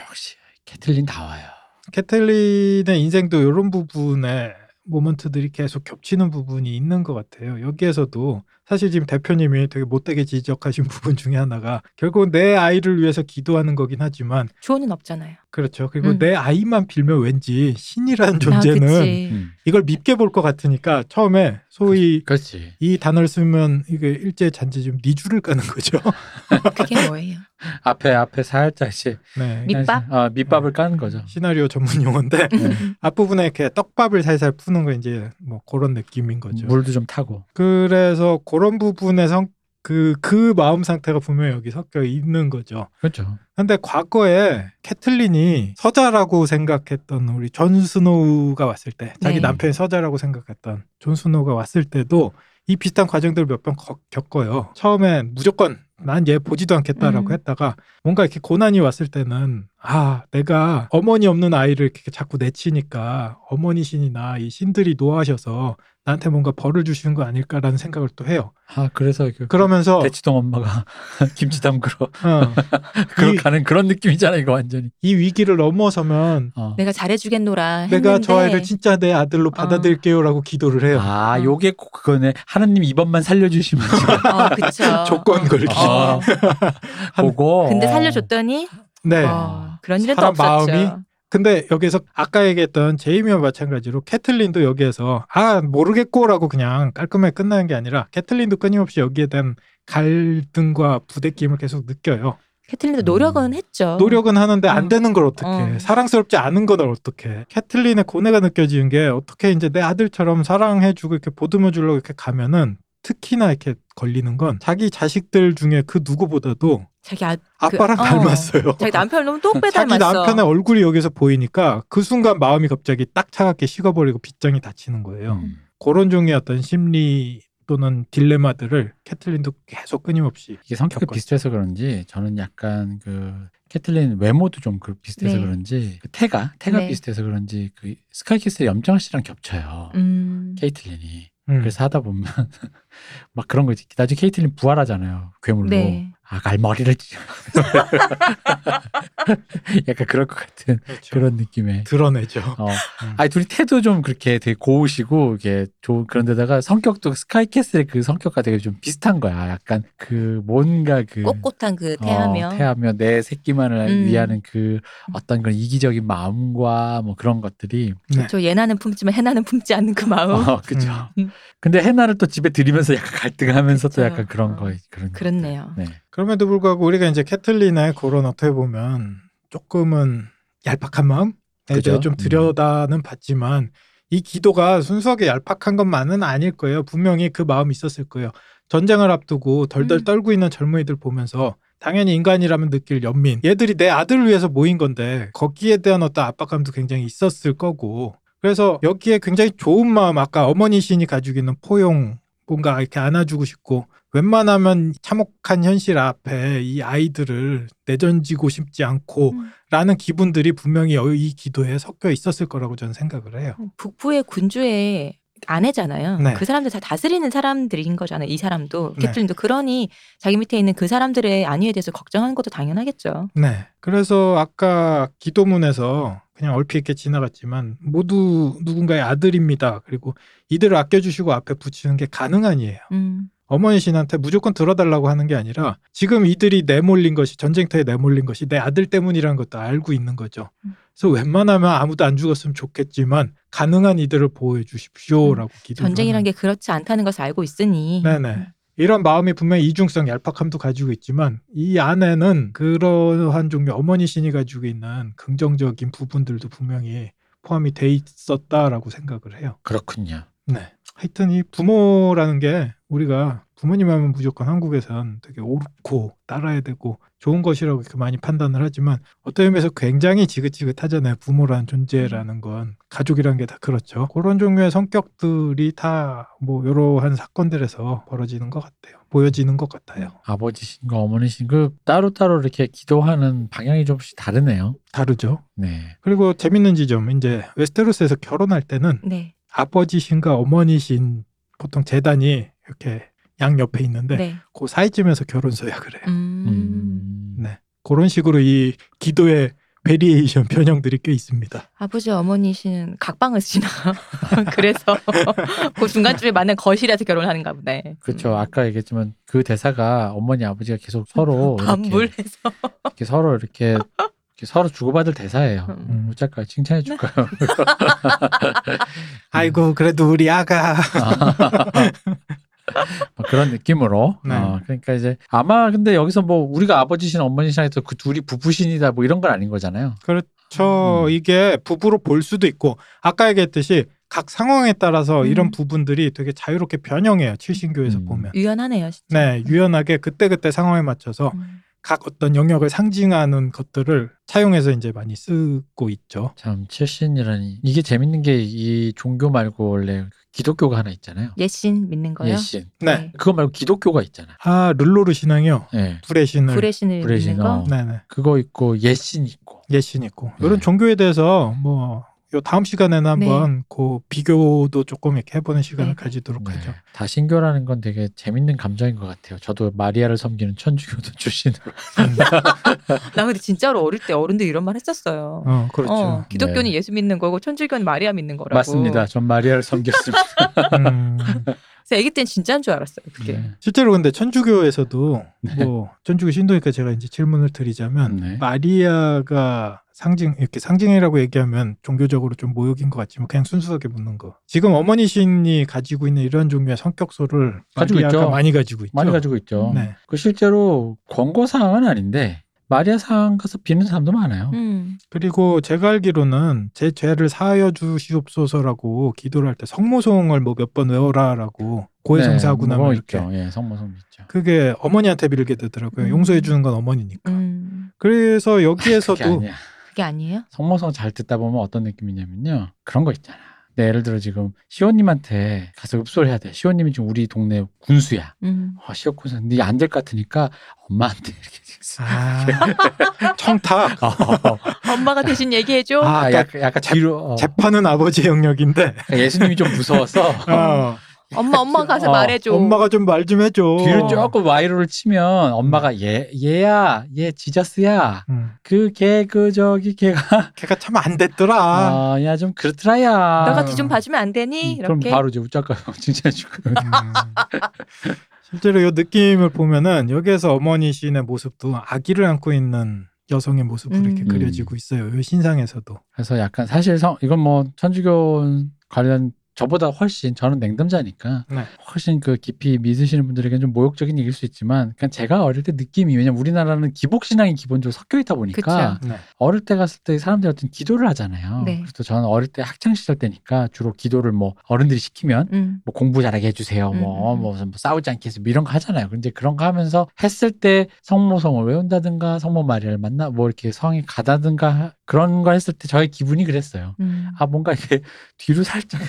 역시 캐틀린 다와요. 캐틀린의 인생도 이런 부분에 모먼트들이 계속 겹치는 부분이 있는 것 같아요. 여기에서도 사실 지금 대표님이 되게 못되게 지적하신 부분 중에 하나가 결국 내 아이를 위해서 기도하는 거긴 하지만 조언은 없잖아요. 그렇죠. 그리고 음. 내 아이만 빌면 왠지 신이라는 아, 존재는 그치. 음, 이걸 밉게 볼 것 같으니까 처음에 소위 그렇지. 이 단어를 쓰면 이게 일제 잔치 좀 니주를 까는 거죠. 그게 뭐예요? 앞에 앞에 살짝씩 네. 밉- 밑밥? 아, 밑밥을 까는 거죠. 시나리오 전문 음. 용어인데 네. 앞부분에 이렇게 떡밥을 살살 푸는 거 이제 뭐 그런 느낌인 거죠. 물도 좀 타고. 그래서 그런 부분에 성, 그, 그 마음 상태가 분명히 여기 섞여 있는 거죠. 그렇죠. 근데 과거에 캐틀린이 서자라고 생각했던 우리 존 스노우가 왔을 때, 자기 네. 남편이 서자라고 생각했던 존 스노우가 왔을 때도 이 비슷한 과정들을 몇 번 겪어요. 처음엔 무조건 난 얘 보지도 않겠다라고 음. 했다가 뭔가 이렇게 고난이 왔을 때는 아 내가 어머니 없는 아이를 이렇게 자꾸 내치니까 어머니 신이나 이 신들이 노하셔서 나한테 뭔가 벌을 주시는 거 아닐까라는 생각을 또 해요. 아 그래서 그 그러면서 대치동 엄마가 김치 담그러 어, 그러 이- 가는 그런 느낌이잖아 이거 완전히. 이 위기를 넘어서면 어. 내가 잘해주겠노라 했는데 내가 저 아이를 진짜 내 아들로 받아들일게요라고 기도를 해요. 아 어. 요게 꼭 그거네. 하나님 이번만 살려주시면 제가 어, 그쵸. 조건 아. 걸기. 어. 보고. 근데 살려줬더니 어. 네. 어, 그런 일은 또 사람 없었죠. 마음이 근데 여기서 아까 얘기했던 제이미와 마찬가지로 캐틀린도 여기에서 아 모르겠고라고 그냥 깔끔하게 끝나는 게 아니라 캐틀린도 끊임없이 여기에 대한 갈등과 부대낌을 계속 느껴요. 캐틀린도 노력은 했죠. 음. 노력은 하는데 어. 안 되는 걸 어떻게 어. 사랑스럽지 않은 건 어떻게 캐틀린의 고뇌가 느껴지는 게 어떻게 이제 내 아들처럼 사랑해주고 이렇게 보듬어 주려고 이렇게 가면은 특히나 이렇게 걸리는 건 자기 자식들 중에 그 누구보다도 자기 아, 아빠랑 어. 닮았어요. 자기 남편을 너무 똥배 자기 닮았어. 남편의 얼굴이 여기서 보이니까 그 순간 마음이 갑자기 딱 차갑게 식어버리고 빗장이 닫히는 거예요. 음. 그런 종의 어떤 심리 또는 딜레마들을 캐틀린도 계속 끊임없이 이게 성격이 겪었죠. 비슷해서 그런지 저는 약간 그 캐틀린 외모도 좀 그 비슷해서 네. 그런지 그 태가 태가 네. 비슷해서 그런지 그 스카이캐슬의 염정아 씨랑 겹쳐요. 음. 케이틀린이 음, 그래서 하다 보면 막 그런 거 있지. 나중에 케이틀린 부활하잖아요. 음. 괴물로. 네. 아, 갈머리를 찌- 약간 그럴 것 같은 그렇죠. 그런 느낌의. 드러내죠. 어. 아니 둘이 태도 좀 그렇게 되게 고우시고 이게 좋은 그런데다가 성격도 스카이캐슬의 그 성격과 되게 좀 비슷한 거야. 약간 그 뭔가 그 음. 꼿꼿한 그 태하며. 어, 태하며 내 새끼만을 음. 위하는 그 어떤 그런 이기적인 마음과 뭐 그런 것들이 네. 저 예나는 품지만 해나는 품지 않는 그 마음. 어, 그죠. 음. 근데 해나를 또 집에 들이면서 약간 갈등하면서 또 그쵸. 약간 그런 어. 거 그런 것들. 그렇네요. 네. 그럼에도 불구하고 우리가 이제 캐틀린의 그런 어떻게 보면 조금은 얄팍한 마음에 대해 그죠? 좀 음. 들여다는 봤지만 이 기도가 순수하게 얄팍한 것만은 아닐 거예요. 분명히 그 마음이 있었을 거예요. 전쟁을 앞두고 덜덜 음. 떨고 있는 젊은이들 보면서 당연히 인간이라면 느낄 연민. 얘들이 내 아들을 위해서 모인 건데 거기에 대한 어떤 압박감도 굉장히 있었을 거고. 그래서 여기에 굉장히 좋은 마음 아까 어머니신이 가지고 있는 포용 뭔가 이렇게 안아주고 싶고 웬만하면 참혹한 현실 앞에 이 아이들을 내던지고 싶지 않고 음. 라는 기분들이 분명히 여- 이 기도에 섞여 있었을 거라고 저는 생각을 해요. 북부의 군주의 아내잖아요. 네. 그 사람들 다 다스리는 사람들인 거잖아요. 이 사람도 네. 캐틀린도 그러니 자기 밑에 있는 그 사람들의 안위에 대해서 걱정하는 것도 당연하겠죠. 네. 그래서 아까 기도문에서 그냥 얼핏 이렇게 지나갔지만 모두 누군가의 아들입니다. 그리고 이들을 아껴주시고 앞에 붙이는 게 가능한이에요. 음. 어머니 신한테 무조건 들어달라고 하는 게 아니라 지금 이들이 내몰린 것이 전쟁터에 내몰린 것이 내 아들 때문이라는 것도 알고 있는 거죠. 음. 그래서 웬만하면 아무도 안 죽었으면 좋겠지만 가능한 이들을 보호해 주십시오라고 기도. 전쟁이란 게 그렇지 않다는 것을 알고 있으니 음. 네네. 이런 마음이 분명히 이중성 얄팍함도 가지고 있지만 이 안에는 그러한 종류 어머니 신이 가지고 있는 긍정적인 부분들도 분명히 포함이 돼 있었다라고 생각을 해요. 그렇군요. 네. 하여튼 이 부모라는 게 우리가 부모님 하면 무조건 한국에선 되게 옳고 따라야 되고 좋은 것이라고 이렇게 많이 판단을 하지만 어떤 의미에서 굉장히 지긋지긋하잖아요. 부모라는 존재라는 건 가족이라는 게 다 그렇죠. 그런 종류의 성격들이 다 뭐 이러한 사건들에서 벌어지는 것 같아요. 보여지는 것 같아요. 아버지신과 어머니신 그 따로따로 이렇게 기도하는 방향이 조금씩 다르네요. 다르죠. 네. 그리고 재밌는 지점 이제 웨스테로스에서 결혼할 때는 네. 아버지신과 어머니신 보통 재단이 이렇게 양 옆에 있는데 네. 그 사이쯤에서 결혼 서약을 해요. 음. 음. 네. 그런 식으로 이 기도의 베리에이션 변형들이 꽤 있습니다. 아버지 어머니시는 각방을 쓰시나 그래서 그 중간쯤에 만난 거실에서 결혼하는가 보네. 음. 그렇죠. 아까 얘기했지만 그 대사가 어머니 아버지가 계속 서로 뭐 이렇게, 반불해서. 이렇게 서로 이렇게, 이렇게 서로 주고받을 대사예요. 음. 네. 음, 우짜까 칭찬해 줄까요? 아이고 그래도 우리 아가 뭐 그런 느낌으로. 네. 어, 그러니까 이제 아마 근데 여기서 뭐 우리가 아버지신 어머니신 해서 그 둘이 부부신이다 뭐 이런 건 아닌 거잖아요. 저 음. 이게 부부로 볼 수도 있고 아까 얘기했듯이 각 상황에 따라서 음. 이런 부분들이 되게 자유롭게 변형해요. 칠신교에서 음. 보면. 유연하네요, 진짜. 네, 유연하게 그때그때 상황에 맞춰서 음. 각 어떤 영역을 상징하는 것들을 차용해서 이제 많이 쓰고 있죠. 참 칠신이라니 이게 재밌는 게 이 종교 말고 원래 그 기독교가 하나 있잖아요. 예신 믿는 거요? 예신. 네. 그거 말고 기독교가 있잖아. 아, 룰로르 신앙이요. 예. 불의 신을. 불의 신을 불의 믿는 신, 거? 어. 네, 네. 그거 있고 예신 있고. 예신 있고 네. 이런 종교에 대해서 뭐 요 다음 시간에는 한번 그 비교도 조금 이렇게 해보는 네. 시간을 가지도록 네. 하죠. 다신교라는 건 되게 재밌는 감정인 것 같아요. 저도 마리아를 섬기는 천주교도 출신으로. 음. 나 근데 진짜로 어릴 때 어른들 이런 말 했었어요. 어 그렇죠. 어, 기독교는 예수 믿는 거고 천주교는 마리아 믿는 거라고. 네. 맞습니다. 전 마리아를 섬겼습니다. 음, 그래서 아기 때는 진짜인 줄 알았어요. 그게. 네. 실제로 근데 천주교에서도 뭐 천주교 신도니까 제가 이제 질문을 드리자면 네. 마리아가 상징 이렇게 상징이라고 얘기하면 종교적으로 좀 모욕인 것 같지만 그냥 순수하게 묻는 거. 지금 어머니 신이 가지고 있는 이런 종류의 성격소를 가지고 마리아가 있죠. 많이 가지고 있죠. 많이 가지고 있죠. 네. 그 실제로 권고 사항은 아닌데 마리아 사항 가서 비는 사람도 많아요. 음. 그리고 제가 알기로는 제 죄를 사하여 주시옵소서라고 기도를 할 때 성모송을 뭐 몇 번 외워라라고 고해성사하고 네, 나면 뭐 이렇게 있죠. 예, 성모성 있죠. 그게 어머니한테 빌게 되더라고요. 음. 용서해 주는 건 어머니니까. 음. 그래서 아, 그게 여기에서도 아니야. 그게 아니에요? 성모성 잘 듣다 보면 어떤 느낌이냐면요. 그런 거 있잖아. 내 예를 들어 지금 시호님한테 가서 읍소를 해야 돼. 시호님이 지금 우리 동네 군수야. 음. 어, 시호 군수 네 안 될 것 같으니까 엄마한테 이렇게 됐어. 아, 청탁 엄마가 대신 얘기해줘. 아, 그러니까 약간, 약간 뒤로 어, 재판은 아버지의 영역인데 그러니까 예수님이 좀 무서워서 어, 엄마 엄마 가서 어, 말해줘. 엄마가 좀 말 좀 해줘. 뒤로 조금 와이로를 음. 치면 엄마가 얘 얘야 얘 지저스야 음, 그 걔 그 저기 걔가 걔가 참 안 됐더라. 어, 야 좀 그렇더라야. 너가 뒤 좀 봐주면 안 되니? 아. 음, 그럼 이렇게. 바로 이제 우짜가 칭찬해주고 음. 실제로 이 느낌을 보면은 여기에서 어머니 시인의 모습도 아기를 안고 있는 여성의 모습으로 이렇게 음. 그려지고 있어요. 이 신상에서도. 그래서 약간 사실 성 이건 뭐 천주교 관련 저보다 훨씬 저는 냉담자니까 네. 훨씬 그 깊이 믿으시는 분들에게는 좀 모욕적인 얘기일 수 있지만 그냥 제가 어릴 때 느낌이 왜냐면 우리나라는 기복 신앙이 기본적으로 섞여 있다 보니까 그쵸. 네. 어릴 때 갔을 때 사람들이 어떤 기도를 하잖아요. 네. 그래서 저는 어릴 때 학창 시절 때니까 주로 기도를 뭐 어른들이 시키면 음. 뭐 공부 잘하게 해주세요. 음, 뭐, 음, 음. 뭐, 무슨 뭐 싸우지 않게 해서 뭐 이런 거 하잖아요. 근데 그런 거 하면서 했을 때 성모성을 외운다든가 성모 마리아를 만나 뭐 이렇게 성에 가다든가 하- 그런 거 했을 때 저의 기분이 그랬어요. 음. 아 뭔가 이게 뒤로 살짝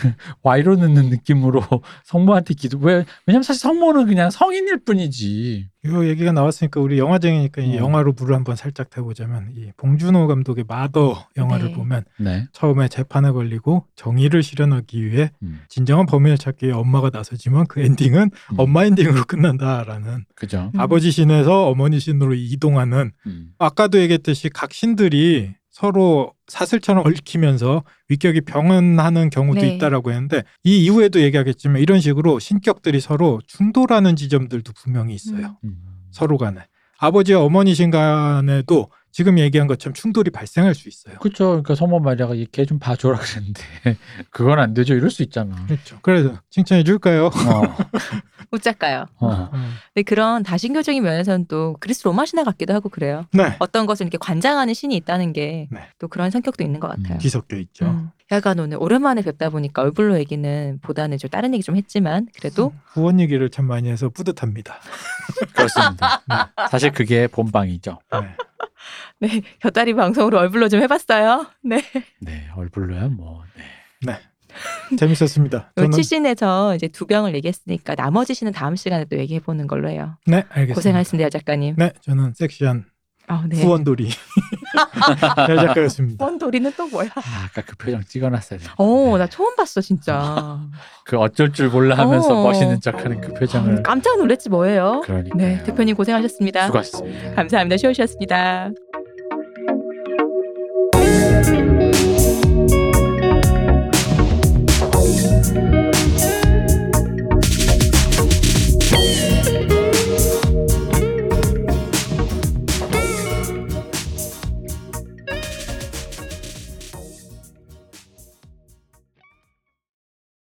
와이로 넣는 느낌으로 성모한테 기도 왜 왜냐면 사실 성모는 그냥 성인일 뿐이지 이 얘기가 나왔으니까 우리 영화쟁이니까 이 음. 영화로 물을 한번 살짝 대보자면 이 봉준호 감독의 마더 영화를 네. 보면 네 처음에 재판에 걸리고 정의를 실현하기 위해 음, 진정한 범인을 찾기에 엄마가 나서지만 그 엔딩은 음. 엄마 엔딩으로 끝난다라는 그죠 음. 아버지 신에서 어머니 신으로 이동하는 음. 아까도 얘기했듯이 각 신들이 서로 사슬처럼 얽히면서 위격이 병원하는 경우도 네. 있다라고 했는데 이 이후에도 얘기하겠지만 이런 식으로 신격들이 서로 충돌하는 지점들도 분명히 있어요. 음. 음. 서로 간에 아버지와 어머니신 간에도 지금 얘기한 것처럼 충돌이 발생할 수 있어요. 그쵸 그러니까 성모 마리아가 걔 좀 봐줘라 그랬는데 그건 안 되죠 이럴 수 있잖아 그렇죠. 그래서 칭찬해 줄까요? 어. 웃자까요 어. 음. 음. 근데 그런 다신교적인 면에서는 또 그리스 로마 신화 같기도 하고 그래요. 네. 어떤 것을 이렇게 관장하는 신이 있다는 게 또 네. 그런 성격도 있는 것 같아요. 뒤섞여 있죠. 음. 약간 오늘 오랜만에 뵙다 보니까 얼굴로 얘기는 보다는 좀 다른 얘기 좀 했지만 음. 그래도 후원 얘기를 참 많이 해서 뿌듯합니다. 그렇습니다. 네. 사실 그게 본방이죠. 네. 네 곁다리 방송으로 얼굴로 좀 해봤어요. 네. 네, 얼굴로야 뭐. 네. 재밌었습니다. 저는 칠신에서 이제 두 병을 얘기했으니까 나머지 신은 다음 시간에 또 얘기해 보는 걸로 해요. 네 알겠습니다. 고생하셨습니다, 여 작가님. 네 저는 섹시한 아, 네. 후원돌이 여작가였습니다. 후원돌이는 또 뭐야? 아, 아까 그 표정 찍어놨어야 돼. 어, 네. 나 처음 봤어, 진짜. 그 어쩔 줄 몰라 하면서 어. 멋있는 척하는 그 표정을. 깜짝 놀랐지 뭐예요. 그러니까. 네, 대표님 고생하셨습니다. 수고하셨습니다. 감사합니다. 쉬우셨습니다.